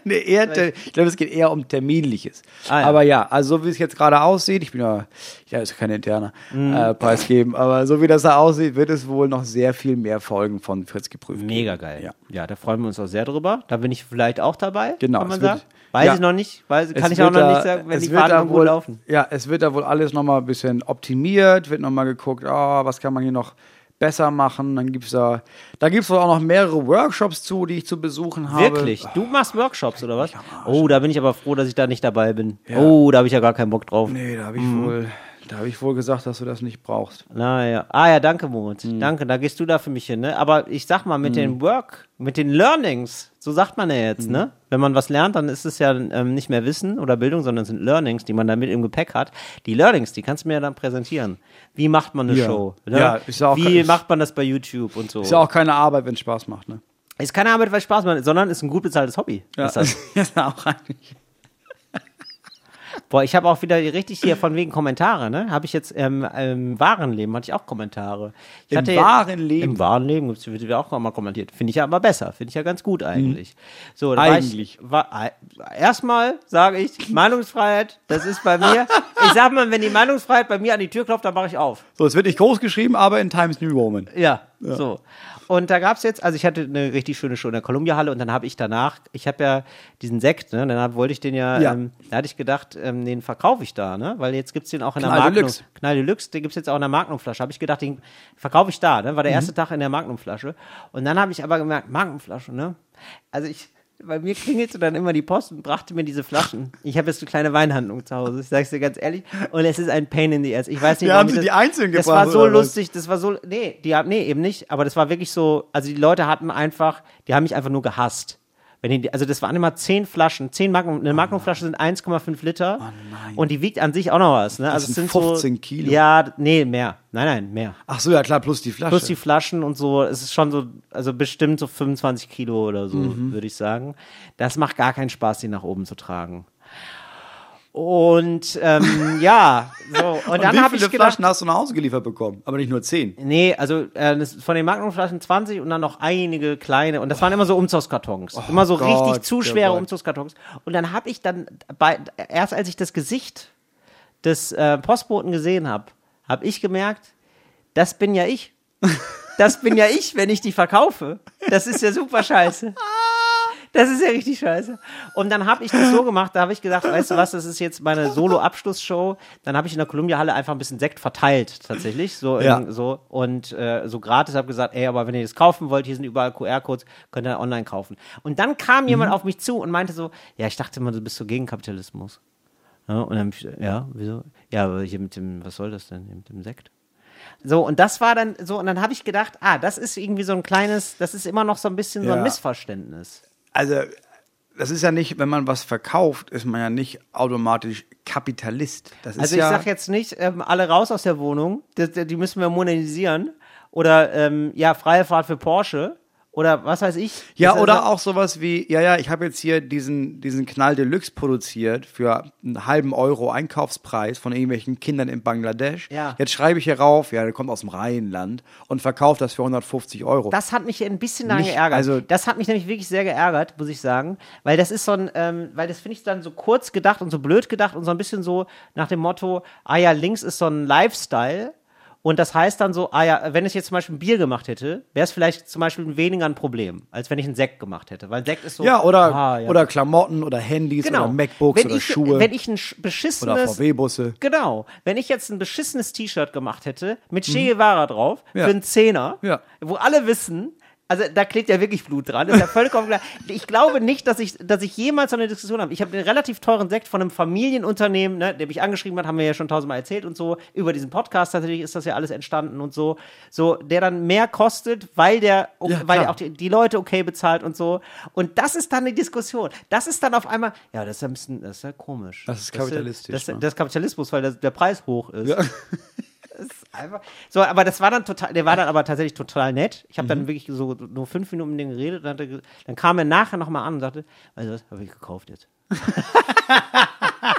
B: Nee, eher, Ter- ich glaube, es geht eher um Terminliches.
A: Ah, ja.
B: Aber ja, also so wie es jetzt gerade aussieht, ich bin ja, ja, ist ja kein interner
A: Mhm.
B: äh, Preisgeben, aber so wie das da aussieht, wird es wohl noch sehr viel mehr Folgen von Fritz geprüft. geben.
A: Mega geil. Ja.
B: Ja.
A: da freuen wir uns auch sehr drüber. Da bin ich vielleicht auch dabei.
B: Genau,
A: Kann man
B: es wird-
A: sagen. Weiß
B: ja.
A: ich noch nicht. Weiß, kann
B: Es
A: ich auch
B: wird
A: noch
B: da-
A: nicht sagen, wenn
B: es
A: die
B: wird da
A: Fahrten gut
B: wohl-
A: laufen.
B: Ja, es wird da wohl alles nochmal ein bisschen optimiert, wird nochmal geguckt, ah, was kann man hier noch besser machen. Dann gibt's da, da gibt's wohl auch noch mehrere Workshops zu, die ich zu besuchen habe.
A: Wirklich? Du machst Workshops oder was? Oh, da bin ich aber froh, dass ich da nicht dabei bin.
B: Ja.
A: Oh, da habe ich ja gar keinen Bock drauf.
B: Nee, da habe ich
A: Mhm.
B: wohl, da habe ich wohl gesagt, dass du das nicht brauchst.
A: Naja. Ah ja, danke Moritz.
B: Hm.
A: Danke, da gehst du da für mich hin. Ne? Aber ich sag mal, mit den Work, mit den Learnings, so sagt man ja
B: Hm.
A: jetzt, ne? Wenn man was lernt, dann ist es ja ähm, nicht mehr Wissen oder Bildung, sondern es sind Learnings, die man da mit im Gepäck hat. Die Learnings, die kannst du mir ja dann präsentieren. Wie macht man eine
B: Ja.
A: Show? Ne?
B: Ja, ist ja auch-
A: Wie
B: ist-
A: macht man das bei YouTube und so?
B: Ist ja auch keine Arbeit, wenn es Spaß macht, ne?
A: Ist keine Arbeit, weil Spaß macht, sondern ist ein gut bezahltes Hobby. Ist das.
B: ist *laughs* auch eigentlich.
A: Boah, ich habe auch wieder richtig hier von wegen Kommentare, ne? Habe ich jetzt ähm, im wahren Leben hatte ich auch Kommentare. Ich
B: Im
A: hatte
B: wahren Leben?
A: Im wahren Leben gibt's- wird ja auch mal kommentiert. Finde ich ja aber besser. Finde ich ja ganz gut eigentlich. So, da
B: Mhm. Eigentlich.
A: War ich, war, erstmal sage ich Meinungsfreiheit. Das ist bei mir. ich sag mal, wenn die Meinungsfreiheit bei mir an die Tür klopft, dann mache ich auf.
B: So, es wird nicht groß geschrieben, aber in Times New Roman.
A: Ja, so. Und da gab's jetzt, also ich hatte eine richtig schöne Show in der Columbia-Halle und dann habe ich danach, ich habe ja diesen Sekt, ne, dann hab, wollte ich den ja,
B: Ja.
A: Ähm, da hatte ich gedacht, ähm, den verkaufe ich da, ne, weil jetzt gibt's den auch in der
B: Knall
A: Magnum.
B: Deluxe.
A: Knall Deluxe, den gibt's jetzt auch in der Magnumflasche. Habe ich gedacht, den verkaufe ich da, ne, war der
B: Mhm.
A: erste Tag in der Magnumflasche. Und dann habe ich aber gemerkt, Magnumflasche, ne, also ich, bei mir klingelte dann immer die Post und brachte mir diese Flaschen. Ich habe jetzt eine kleine Weinhandlung zu Hause, ich sag's dir ganz ehrlich. Und es ist ein Pain in the Ass. Ich weiß nicht,
B: Ja,
A: warum
B: haben
A: ich
B: sie
A: das-
B: die einzeln
A: Das
B: gebracht,
A: war so
B: oder was?
A: lustig lustig, das war so, nee, die haben, nee, eben nicht, aber das war wirklich so, also die Leute hatten einfach, die haben mich einfach nur gehasst. Wenn die, also das waren immer zehn Flaschen, zehn Magnum, eine Magnumflasche sind 1,5 Liter
B: Ah. Oh nein.
A: und die wiegt an sich auch noch was. Ne? Also
B: sind
A: es sind
B: 15
A: so,
B: Kilo.
A: Ja, nee, mehr. Nein, nein, mehr.
B: Ach so, ja klar, plus die Flasche.
A: Plus die Flaschen und so, es ist schon so, also bestimmt so 25 Kilo oder so,
B: Mhm.
A: würde ich sagen. Das macht gar keinen Spaß, die nach oben zu tragen. Und
B: *laughs*
A: ähm, ja, so. Und,
B: und
A: dann
B: wie
A: habe ich
B: viele
A: gedacht,
B: Flaschen hast du nach Hause geliefert bekommen? Aber nicht nur zehn.
A: Nee, also äh, das, von den Magnumflaschen 20 und dann noch einige kleine. Und das waren immer so Umzugskartons. immer so richtig
B: Oh Gott,
A: zu
B: der
A: schwere
B: Gott.
A: Umzugskartons. Und dann habe ich dann, bei, erst als ich das Gesicht des äh, Postboten gesehen habe, habe ich gemerkt, das bin ja ich. Das bin ja ich, wenn ich die verkaufe. Das ist ja super scheiße. Das ist ja richtig scheiße. Und dann habe ich das so gemacht, da habe ich gedacht, weißt du was, das ist jetzt meine Solo-Abschlussshow. Dann habe ich in der Columbia-Halle einfach ein bisschen Sekt verteilt, tatsächlich. So, in,
B: Ja.
A: so und äh, so gratis habe gesagt, ey, aber wenn ihr das kaufen wollt, hier sind überall QR-Codes, könnt ihr online kaufen. Und dann kam jemand auf mich zu und meinte so, ja, ich dachte immer, du bist so gegen Kapitalismus. Ja, und dann hab ich, ja, wieso? Ja, aber hier mit dem, was soll das denn, hier mit dem Sekt? So, und das war dann so, und dann habe ich gedacht, ah, das ist irgendwie so ein kleines, das ist immer noch so ein bisschen so ein
B: Ja.
A: Missverständnis.
B: Also, das ist ja nicht, wenn man was verkauft, ist man ja nicht automatisch Kapitalist. Das ist
A: Also ich
B: ja,
A: sage jetzt nicht, ähm, alle raus aus der Wohnung, die, die die müssen wir modernisieren. Oder ähm, ja, freie Fahrt für Porsche. Oder was weiß ich.
B: Ja,
A: Das- also
B: oder auch sowas wie, ja, ja, ich habe jetzt hier diesen, diesen Knall Deluxe produziert für einen halben Euro Einkaufspreis von irgendwelchen Kindern in Bangladesch.
A: Ja.
B: Jetzt schreibe ich hier rauf, ja, der kommt aus dem Rheinland und verkauft das für 150 Euro.
A: Das hat mich ein bisschen daran
B: Nicht-
A: geärgert.
B: also-
A: das hat mich nämlich wirklich sehr geärgert, muss ich sagen. Weil das ist so ein, ähm, weil das finde ich dann so kurz gedacht und so blöd gedacht und so ein bisschen so nach dem Motto, ah ja, links ist so ein Lifestyle. Und das heißt dann so, ah ja, wenn ich jetzt zum Beispiel ein Bier gemacht hätte, wäre es vielleicht zum Beispiel weniger ein Problem, als wenn ich einen Sekt gemacht hätte. Weil Sekt ist so.
B: ja, oder,
A: ah, ja.
B: oder Klamotten oder Handys
A: genau.
B: oder MacBooks
A: wenn
B: oder
A: ich,
B: Schuhe
A: Wenn ich ein sch-
B: oder
A: beschissenes
B: VW-Busse.
A: Genau. Wenn ich jetzt ein beschissenes T-Shirt gemacht hätte, mit Che Guevara drauf,
B: Mhm. Ja.
A: für einen Zehner,
B: Ja.
A: wo alle wissen, also da klebt ja wirklich Blut dran, ist ja vollkommen
B: *laughs*
A: klar. Ich glaube nicht, dass ich, dass ich jemals so eine Diskussion habe. Ich habe einen relativ teuren Sekt von einem Familienunternehmen, ne, der mich angeschrieben hat, haben wir ja schon tausendmal erzählt und so. Über diesen Podcast natürlich ist das ja alles entstanden und so. So, der dann mehr kostet, weil der,
B: Ja,
A: weil
B: klar.
A: der auch die, die Leute okay bezahlt und so. Und das ist dann eine Diskussion. Das ist dann auf einmal, ja, das ist ja ein bisschen, das ist ja komisch.
B: Das ist kapitalistisch,
A: Das, das,
B: ne?
A: das ist Kapitalismus, weil der, der Preis hoch ist. *laughs* Das ist einfach. So, aber das war dann total, der war dann aber tatsächlich total nett. Ich habe
B: Mhm.
A: dann wirklich so nur fünf Minuten mit dem geredet. Dann, hat er, ge- dann kam er nachher nochmal an und sagte, also was habe ich gekauft jetzt? *laughs*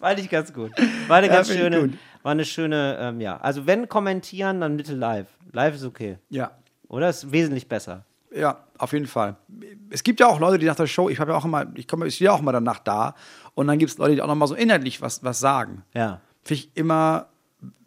A: Fand ich ganz gut. War eine
B: Ja,
A: ganz
B: finde ich
A: schöne,
B: gut.
A: war eine schöne, ähm, ja. Also wenn kommentieren, dann bitte live. Live ist okay.
B: Ja.
A: Oder? Ist wesentlich besser.
B: Ja, auf jeden Fall. Es gibt ja auch Leute, die nach der Show, ich habe ja auch immer, ich komme, ich stehe ja auch immer danach da und dann gibt es Leute, die auch nochmal so inhaltlich was, was sagen.
A: Ja.
B: Finde ich immer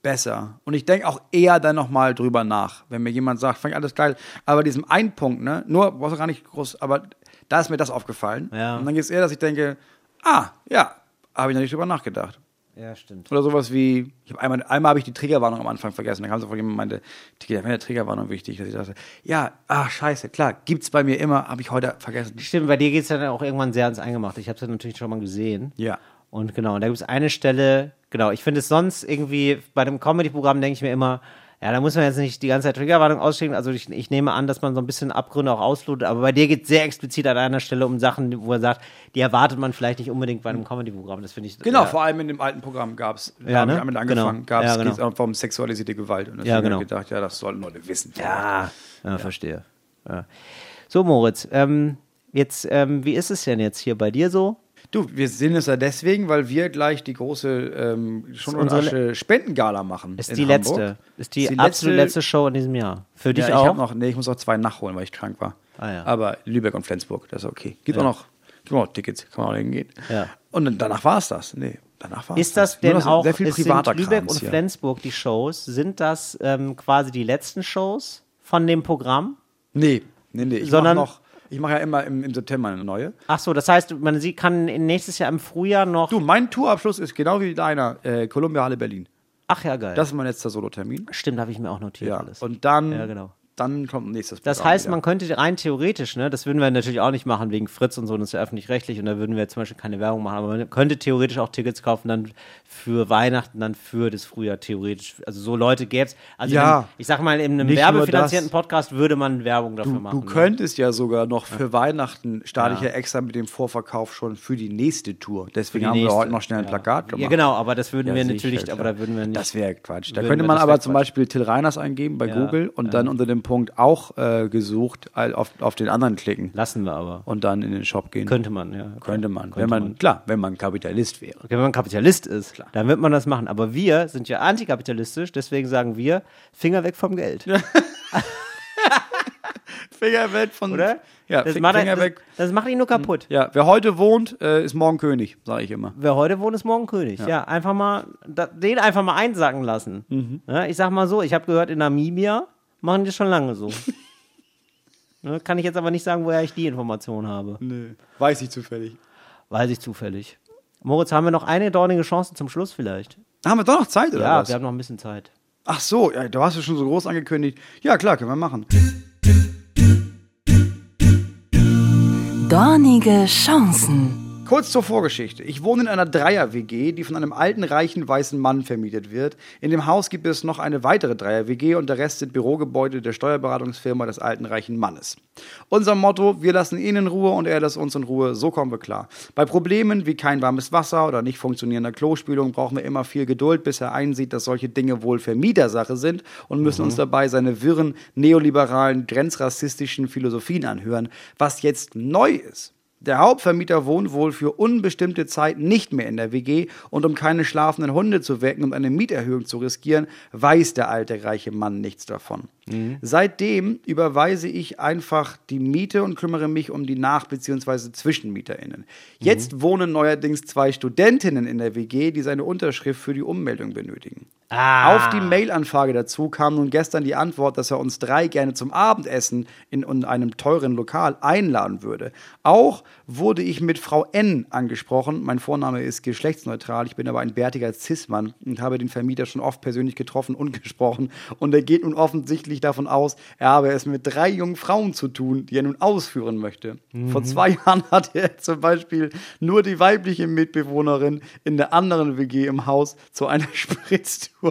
B: besser. Und ich denke auch eher dann nochmal drüber nach, wenn mir jemand sagt, fand ich alles geil. Aber diesem einen Punkt, ne, nur, brauchst du gar nicht groß, aber da ist mir das aufgefallen.
A: Ja.
B: Und dann geht es eher, dass ich denke, ah, ja, habe ich noch nicht drüber nachgedacht.
A: Ja, stimmt.
B: Oder sowas wie, ich hab einmal, einmal habe ich die Triggerwarnung am Anfang vergessen. Dann kam sofort jemand und meinte, Tiki, da wäre eine Triggerwarnung wichtig. Dass ich dachte, ja, ach scheiße, klar, gibt's bei mir immer, habe ich heute vergessen.
A: Stimmt, bei dir geht es dann auch irgendwann sehr ans Eingemachte. Ich habe es ja natürlich schon mal gesehen.
B: Ja.
A: Und genau, und da gibt es eine Stelle, genau, ich finde es sonst irgendwie, bei dem Comedy-Programm denke ich mir immer, ja, da muss man jetzt nicht die ganze Zeit Triggerwarnung ausschicken. Also ich, ich nehme an, dass man so ein bisschen Abgründe auch auslotet, aber bei dir geht es sehr explizit an einer Stelle um Sachen, wo er sagt, die erwartet man vielleicht nicht unbedingt bei einem Comedy-Programm. Das finde ich.
B: Genau,
A: ja.
B: vor allem in dem alten Programm gab's da
A: Ja,
B: hab
A: ne?
B: ich damit angefangen,
A: Genau.
B: gab's
A: Ja,
B: es
A: genau.
B: geht's einfach um sexualisierte Gewalt. Und deswegen
A: Ja,
B: hab
A: genau.
B: ich gedacht, ja, das sollen Leute wissen.
A: Ja, ja, verstehe. Ja. So, Moritz, ähm, jetzt, ähm, wie ist es denn jetzt hier bei dir so?
B: Du, wir sehen es ja deswegen, weil wir gleich die große ähm, schon und
A: unsere
B: Asche Spendengala machen.
A: Ist
B: in
A: die
B: Hamburg.
A: letzte. Ist die, absolut letzte, Show in diesem Jahr. Für dich
B: ja,
A: auch?
B: Ich, hab noch, nee, ich muss noch zwei nachholen, weil ich krank war.
A: Ah, ja.
B: Aber Lübeck und Flensburg, das ist okay. Gibt
A: Ja.
B: auch noch, gibt auch noch Tickets, kann man auch hingehen.
A: Ja.
B: Und dann- danach war es das. Nee, danach war
A: Ist das denn
B: Nur noch
A: auch,
B: sehr viel
A: es sind
B: privater
A: Lübeck
B: Krams
A: und
B: hier.
A: Flensburg die Shows, sind das ähm, quasi die letzten Shows von dem Programm?
B: Nee, nee, nee. Ich
A: Sondern-
B: mach noch, ich mache ja immer im, im September eine neue.
A: Ach so, das heißt, man sie kann in- nächstes Jahr im Frühjahr noch.
B: Du, mein Tourabschluss ist genau wie deiner, äh, Columbia Halle Berlin.
A: Ach ja, geil.
B: Das ist mein letzter Solotermin.
A: Stimmt, habe ich mir auch notiert
B: Ja.
A: alles.
B: Und dann,
A: Ja, genau.
B: dann kommt ein nächstes
A: Das
B: Programm
A: heißt,
B: wieder.
A: man könnte rein theoretisch, ne, das würden wir natürlich auch nicht machen wegen Fritz und so, das ist ja öffentlich-rechtlich und da würden wir zum Beispiel keine Werbung machen, aber man könnte theoretisch auch Tickets kaufen dann für Weihnachten, dann für das Frühjahr theoretisch. Also so Leute gäbe es. Also
B: Ja.
A: in, ich sag mal, in einem
B: Nicht nur
A: werbefinanzierten
B: das.
A: Podcast würde man Werbung dafür machen.
B: Du
A: ne?
B: könntest ja sogar noch für Weihnachten starte ich ja extra mit dem Vorverkauf schon für die nächste Tour. Deswegen
A: die
B: haben wir
A: nächste,
B: heute noch schnell ein Plakat gemacht.
A: Ja, genau, aber das würden
B: Ja,
A: wir
B: sicher,
A: natürlich,
B: klar.
A: aber da würden wir nicht.
B: Das wäre Quatsch. Da
A: würden
B: könnte
A: wir-
B: man
A: das
B: aber
A: wär
B: zum
A: Quatsch.
B: Beispiel Till Reiners eingeben bei
A: Ja,
B: Google und dann unter dem Punkt auch äh, gesucht all- auf, auf den anderen klicken
A: Lassen wir aber.
B: und dann in den Shop gehen.
A: Könnte man, ja.
B: Könnte man.
A: Könnte
B: wenn man,
A: man.
B: Klar, wenn man Kapitalist wäre.
A: Wenn man Kapitalist ist, dann wird man das machen. Aber wir sind ja antikapitalistisch, deswegen sagen wir, Finger weg vom Geld.
B: Finger weg von.
A: Oder?
B: Ja,
A: das,
B: Fi-
A: macht,
B: Finger
A: das,
B: weg. Hm.
A: das macht ihn nur kaputt.
B: Ja, wer heute wohnt, äh, ist morgen König, sage ich immer.
A: Wer heute wohnt, ist morgen König. Ja, einfach mal, da, den einfach mal einsacken lassen.
B: Mhm.
A: Ja, ich sag mal so, ich habe gehört, in Namibia machen die schon lange
B: *laughs*
A: so. ne, kann ich jetzt aber nicht sagen, woher ich die Information habe.
B: Nö, weiß ich zufällig.
A: Weiß ich zufällig. Moritz, haben wir noch eine dornige Chance zum Schluss vielleicht?
B: Haben wir doch noch Zeit, oder?
A: Ja,
B: was?
A: wir haben noch ein bisschen Zeit.
B: Ach so, ja, du hast es schon so groß angekündigt. Ja, klar, können wir machen.
C: Dornige Chancen.
B: Kurz zur Vorgeschichte. Ich wohne in einer Dreier-WG, die von einem alten, reichen, weißen Mann vermietet wird. In dem Haus gibt es noch eine weitere Dreier-WG und der Rest sind Bürogebäude der Steuerberatungsfirma des alten, reichen Mannes. Unser Motto, wir lassen ihn in Ruhe und er lässt uns in Ruhe, so kommen wir klar. Bei Problemen wie kein warmes Wasser oder nicht funktionierender Klospülung brauchen wir immer viel Geduld, bis er einsieht, dass solche Dinge wohl Vermietersache sind und müssen uns dabei seine wirren, neoliberalen, grenzrassistischen Philosophien anhören, was jetzt neu ist. Der Hauptvermieter wohnt wohl für unbestimmte Zeit nicht mehr in der WG und um keine schlafenden Hunde zu wecken und eine Mieterhöhung zu riskieren, weiß der alte reiche Mann nichts davon. Seitdem überweise ich einfach die Miete und kümmere mich um die Nach- bzw. ZwischenmieterInnen. Jetzt wohnen neuerdings zwei Studentinnen in der WG, die seine Unterschrift für die Ummeldung benötigen. Auf die Mailanfrage dazu kam nun gestern die Antwort, dass er uns drei gerne zum Abendessen in, in einem teuren Lokal einladen würde. Auch wurde ich mit Frau N angesprochen. Mein Vorname ist geschlechtsneutral. Ich bin aber ein bärtiger Zismann und habe den Vermieter schon oft persönlich getroffen und *laughs* gesprochen. Und er geht nun offensichtlich davon aus, er habe es mit drei jungen Frauen zu tun, die er nun ausführen möchte. Vor zwei Jahren *laughs* hatte er zum Beispiel nur die weibliche Mitbewohnerin in der anderen WG im Haus zu einer *laughs* Spritztour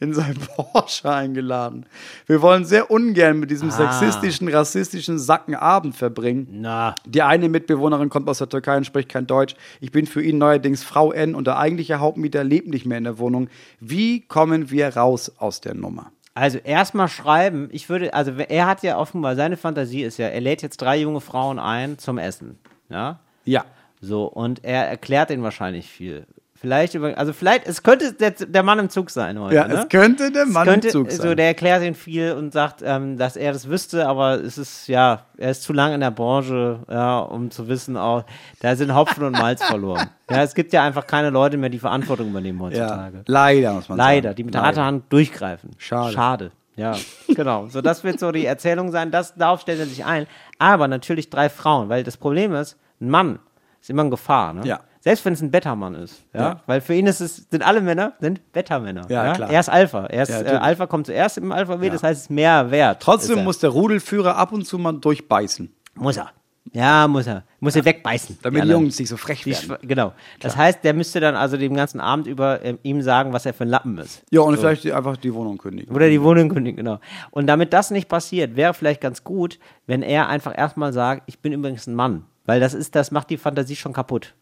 B: in sein Porsche eingeladen. Wir wollen sehr ungern mit diesem sexistischen, rassistischen Sacken Abend verbringen.
A: Na.
B: Die eine Mitbewohnerin kommt aus der Türkei und spricht kein Deutsch. Ich bin für ihn neuerdings Frau N und der eigentliche Hauptmieter lebt nicht mehr in der Wohnung. Wie kommen wir raus aus der Nummer?
A: Also erstmal schreiben, ich würde, also er hat ja offenbar, seine Fantasie ist ja, er lädt jetzt drei junge Frauen ein zum Essen. Ja?
B: Ja.
A: So, und er erklärt ihnen wahrscheinlich viel. Vielleicht über, also vielleicht, es könnte der, der Mann im Zug sein heute.
B: Ja,
A: ne?
B: es könnte der Mann
A: könnte,
B: im Zug sein.
A: So, der erklärt ihnen viel und sagt, ähm, dass er das wüsste, aber es ist, ja, er ist zu lang in der Branche, ja, um zu wissen, auch, da sind Hopfen und
B: *laughs*
A: Malz verloren. Ja, es gibt ja einfach keine Leute mehr, die Verantwortung übernehmen
B: ja.
A: heutzutage.
B: Leider, muss man sagen.
A: Leider, die mit der
B: Leider.
A: harten Hand durchgreifen.
B: Schade.
A: Schade. Ja, genau. So, das wird so die Erzählung sein. Das, darauf stellt er sich ein. Aber natürlich drei Frauen, weil das Problem ist, ein Mann ist immer in Gefahr. Ne?
B: Ja.
A: Selbst wenn es ein Wettermann ist. Ja?
B: Ja.
A: Weil für ihn ist es, sind alle Männer sind Wettermänner.
B: Ja, klar.
A: Er ist Alpha. Er ist,
B: Ja,
A: äh,
B: natürlich.
A: Alpha kommt zuerst im Alphabet, das heißt, es ist mehr wert. ist
B: Trotzdem
A: er.
B: muss der Rudelführer ab und zu mal durchbeißen,
A: Muss er. Ja, muss er. Muss er wegbeißen.
B: damit die
A: anderen.
B: Jungs nicht so frech
A: Die
B: werden.
A: Schw- genau. Das heißt, der müsste dann also den ganzen Abend über ähm, ihm sagen, was er für ein Lappen ist.
B: Ja, und vielleicht die- einfach die Wohnung kündigen.
A: Oder die Wohnung kündigen, genau. Und damit das nicht passiert, wäre vielleicht ganz gut, wenn er einfach erstmal sagt, ich bin übrigens ein Mann. Weil das ist, das macht die Fantasie schon kaputt.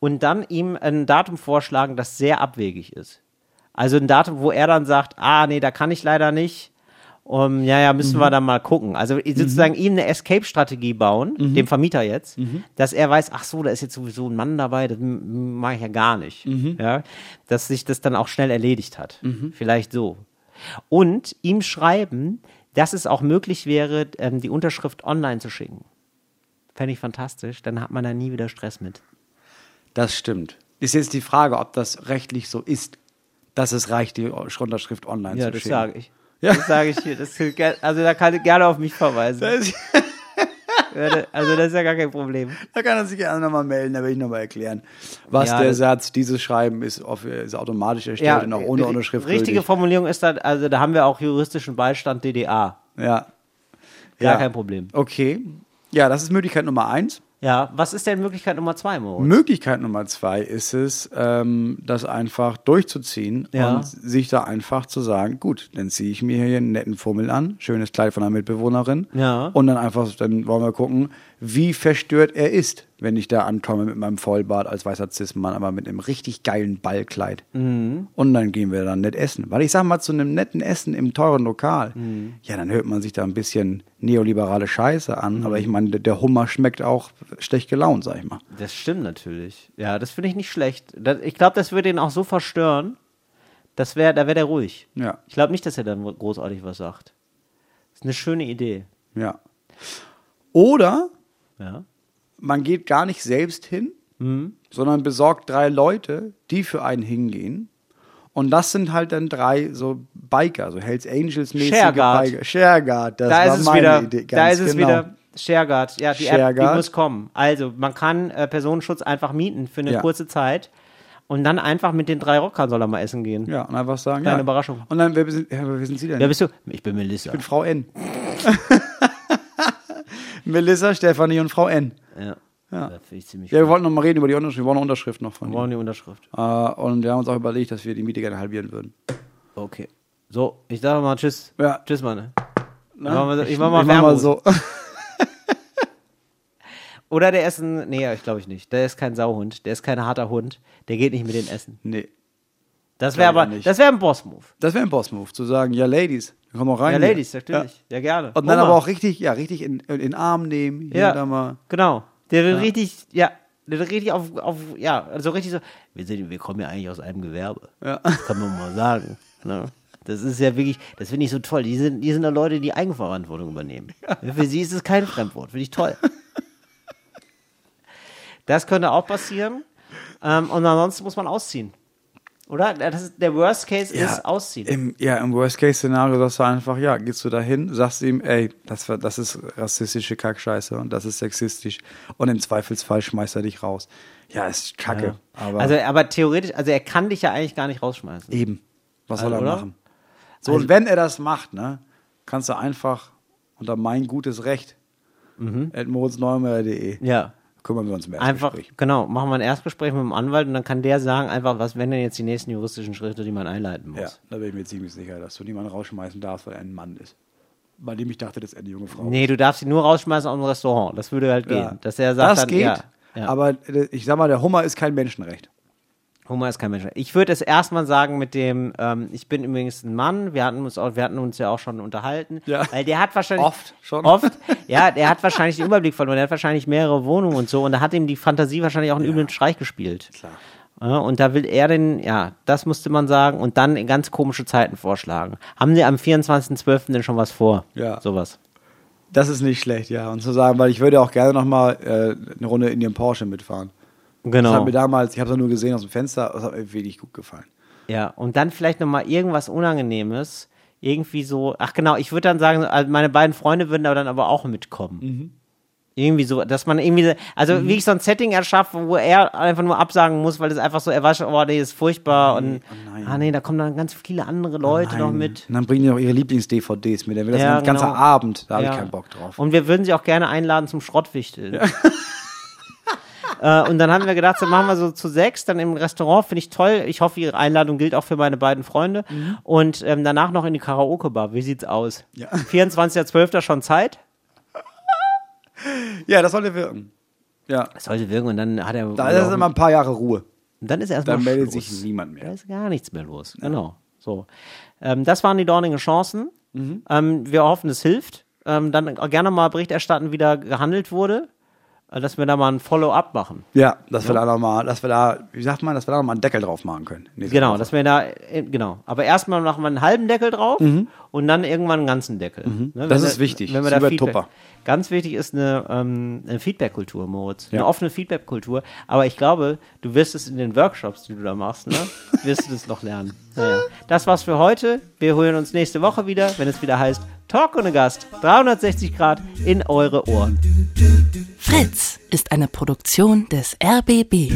A: Und dann ihm ein Datum vorschlagen, das sehr abwegig ist. Also ein Datum, wo er dann sagt, ah, nee, da kann ich leider nicht. Um, ja, ja, müssen wir dann mal gucken. Also sozusagen ihm eine Escape-Strategie bauen, dem Vermieter jetzt, dass er weiß, ach so, da ist jetzt sowieso ein Mann dabei, das mache ich ja gar nicht. Ja, dass sich das dann auch schnell erledigt hat. Vielleicht so. Und ihm schreiben, dass es auch möglich wäre, ähm, die Unterschrift online zu schicken. Fände ich fantastisch, dann hat man da nie wieder Stress mit.
B: Das stimmt. Ist jetzt die Frage, ob das rechtlich so ist, dass es reicht, die Unterschrift online
A: Ja,
B: zu
A: das
B: schicken.
A: sage ich. Das sage ich hier. Das, also da kann ich gerne auf mich verweisen.
B: Das-
A: Ja, Also das ist ja gar kein Problem.
B: *laughs* Da kann er sich gerne nochmal melden, da will ich nochmal erklären, was
A: Ja,
B: der
A: das-
B: Satz, dieses Schreiben ist, auf, ist automatisch erstellt und auch ohne
A: ri-
B: Unterschrift
A: äh, Richtige
B: gültig.
A: Formulierung ist dann, also da haben wir auch juristischen Beistand DDA.
B: Ja.
A: Gar
B: Ja.
A: kein Problem.
B: Okay. Ja, das ist Möglichkeit Nummer eins.
A: Ja, was ist denn Möglichkeit Nummer zwei, Moritz?
B: Möglichkeit Nummer zwei ist es, ähm, das einfach durchzuziehen
A: Ja.
B: und sich da einfach zu sagen, gut, dann ziehe ich mir hier einen netten Fummel an, schönes Kleid von einer Mitbewohnerin
A: Ja.
B: und dann einfach, dann wollen wir gucken, wie verstört er ist, wenn ich da ankomme mit meinem Vollbart als weißer Zismann, aber mit einem richtig geilen Ballkleid.
A: Mhm.
B: Und dann gehen wir dann nett essen. Weil ich sag mal, zu einem netten Essen im teuren Lokal,
A: Mhm.
B: ja, dann hört man sich da ein bisschen neoliberale Scheiße
A: Mhm.
B: an, aber ich meine, der- der Hummer schmeckt auch schlecht gelaunt, sag ich mal.
A: Das stimmt natürlich. Ja, das finde ich nicht schlecht. Das, ich glaube, das würde ihn auch so verstören, das wär, da wäre der ruhig.
B: Ja.
A: Ich glaube nicht, dass er dann großartig was sagt. ist eine schöne Idee.
B: Ja. Oder
A: Ja.
B: man geht gar nicht selbst hin,
A: Mhm.
B: sondern besorgt drei Leute, die für einen hingehen. Und das sind halt dann drei so Biker, so Hells Angels-mäßige
A: Shareguard.
B: Biker. Shareguard, das
A: da
B: war
A: ist es
B: meine
A: wieder.
B: Idee.
A: da
B: ganz
A: ist es
B: genau.
A: wieder. Shareguard, ja, die App,
B: Shareguard.
A: die muss kommen. Also, man kann äh, Personenschutz einfach mieten für eine
B: Ja.
A: kurze Zeit und dann einfach mit den drei Rockern soll er mal essen gehen.
B: Ja, und einfach sagen.
A: Kleine
B: ja.
A: Überraschung.
B: Und dann, wer sind, ja, wer sind Sie denn?
A: Wer bist du? Ich bin Melissa.
B: ich bin *laughs* Frau N. Melissa, Stefanie und Frau N.
A: ja. Ja. Finde ich ziemlich
B: Ja, wir wollten noch mal reden über die Unterschrift. Wir wollen eine Unterschrift noch von
A: Wir
B: ihm.
A: brauchen die Unterschrift.
B: Äh, und wir haben uns auch überlegt, dass wir die Miete gerne halbieren würden.
A: Okay. So, ich sage mal Tschüss.
B: Ja.
A: Tschüss, Mann.
B: Ne?
A: mach mal so- ich mach mal
B: mach mal
A: Wermut.
B: so.
A: Oder der ist ein. Nee, ich glaube ich nicht. Der ist kein Sauhund. Der ist kein harter Hund. Der geht nicht mit den Essen.
B: nee.
A: Das wäre
B: Glaub ich
A: aber.
B: nicht.
A: Das wäre ein Boss-Move.
B: Das wäre ein Boss-Move, zu sagen, ja, Ladies, komm auch rein.
A: Ja,
B: hier.
A: Ladies, natürlich. Ja, gerne.
B: Und dann
A: Oma.
B: aber auch richtig, ja, richtig in, in den Arm nehmen. Hier
A: Ja,
B: und da mal.
A: genau. Der will richtig, ja, der will richtig auf, auf, ja, also richtig so, wir sind, wir kommen ja eigentlich aus einem Gewerbe.
B: Ja.
A: Das kann man mal sagen. Ne? Das ist ja wirklich, das finde ich so toll. Die sind, die sind da Leute, die Eigenverantwortung übernehmen. Für sie ist es kein Fremdwort. Finde ich toll. Das könnte auch passieren. Ähm, und ansonsten muss man ausziehen. Oder? Das ist, der Worst Case ist ausziehen.
B: Im, ja, im Worst-Case-Szenario sagst du einfach, ja, gehst du da hin, sagst ihm, ey, das, war, das ist rassistische Kackscheiße und das ist sexistisch. Und im Zweifelsfall schmeißt er dich raus. Ja, ist kacke.
A: ja.
B: Aber
A: also, aber theoretisch, also er kann dich ja eigentlich gar nicht rausschmeißen.
B: eben, was soll
A: Also,
B: er
A: oder? Also
B: machen? So, und wenn er das macht, ne, kannst du einfach unter mein gutes Recht mhm. at moritz-neumeier.de
A: Ja.
B: kümmern wir uns mehr.
A: Einfach, genau, machen wir ein Erstgespräch mit dem Anwalt und dann kann der sagen, einfach, was wären denn jetzt die nächsten juristischen Schritte, die man einleiten muss.
B: Ja, da bin ich mir ziemlich sicher, dass du niemanden rausschmeißen darfst, weil er ein Mann ist. Bei dem ich dachte, das ist eine junge Frau.
A: Nee, du darfst ihn nur rausschmeißen aus dem Restaurant. Das würde halt gehen.
B: Ja.
A: Dass er sagt,
B: das
A: dann,
B: geht,
A: ja, ja.
B: aber äh, ich sag mal, der Hummer ist kein Menschenrecht.
A: Homer ist kein Mensch. Ich würde es erstmal sagen mit dem, ähm, ich bin übrigens ein Mann, wir hatten uns, auch, wir hatten uns ja auch schon unterhalten.
B: Ja.
A: Weil der hat wahrscheinlich.
B: Oft schon. *laughs*
A: Oft. Ja, der hat wahrscheinlich den Überblick verloren. Der hat wahrscheinlich mehrere Wohnungen und so und da hat ihm die Fantasie wahrscheinlich auch einen üblen Streich gespielt.
B: Klar.
A: Ja, und da will er den, ja, das musste man sagen und dann ganz komische Zeiten vorschlagen. Haben sie am 24.12. denn schon was vor?
B: Ja.
A: Sowas.
B: Das ist nicht schlecht, ja. Und zu sagen, weil ich würde auch gerne nochmal äh, eine Runde in dem Porsche mitfahren. Das
A: Genau.
B: hat mir damals, ich habe es nur gesehen aus dem Fenster, das hat mir wirklich gut gefallen.
A: Ja, und dann vielleicht nochmal irgendwas Unangenehmes. Irgendwie so, ach genau, ich würde dann sagen, also meine beiden Freunde würden aber dann aber auch mitkommen.
B: Mhm.
A: Irgendwie so, dass man irgendwie, also wie ich so ein Setting erschafft, wo er einfach nur absagen muss, weil es einfach so, er war schon, oh nee, ist furchtbar und,
B: Oh, nein. Oh,
A: ah nee, da kommen dann ganz viele andere Leute noch
B: Nein.
A: mit.
B: Und dann bringen die noch ihre Lieblings-DVDs mit. Dann wird das
A: Ja,
B: ein ganzer
A: genau.
B: Abend, da habe
A: Ja.
B: ich keinen Bock drauf.
A: Und wir würden sie auch gerne einladen zum Schrottwichteln. *laughs* äh, und dann haben wir gedacht, dann machen wir so zu sechs, dann im Restaurant, finde ich toll. Ich hoffe, Ihre Einladung gilt auch für meine beiden Freunde. Und ähm, danach noch in die Karaoke-Bar. Wie sieht's aus?
B: Mhm. Ja.
A: 24.12. schon Zeit?
B: ja, das sollte wirken. Ja,
A: Das sollte wirken und dann hat er.
B: da ist immer ein paar Jahre Ruhe.
A: und dann ist erstmal.
B: Dann meldet
A: Schluss.
B: sich niemand
A: Da
B: mehr.
A: ist gar nichts mehr los. Genau. So. Ähm, das waren die Dornigen Chancen.
B: Mhm.
A: Ähm, wir hoffen, es hilft. Ähm, dann gerne mal Bericht erstatten, wie da gehandelt wurde, äh, dass wir da mal ein Follow-up machen.
B: Ja, dass wir da nochmal, dass wir da, wie sagt man, dass wir da nochmal einen Deckel drauf machen können. Nächste
A: Genau,
B: Woche.
A: dass wir da, äh, genau. Aber erstmal machen wir einen halben Deckel drauf und dann irgendwann einen ganzen Deckel. Ne,
B: Mhm. Das
A: wenn
B: ist
A: wir-
B: wichtig.
A: Wenn wir
B: Das
A: da
B: ist wie bei
A: Feedback,
B: Tupper.
A: Ganz wichtig ist eine, ähm, eine Feedback-Kultur, Moritz. Eine
B: Ja.
A: offene Feedback-Kultur. Aber ich glaube, du wirst es in den Workshops, die du da machst,
B: *laughs*
A: ne? wirst du das noch lernen. Naja. Das war's für heute. Wir holen uns nächste Woche wieder, wenn es wieder heißt Talk ohne Gast. 360 Grad in eure Ohren.
C: Fritz ist eine Produktion des RBB.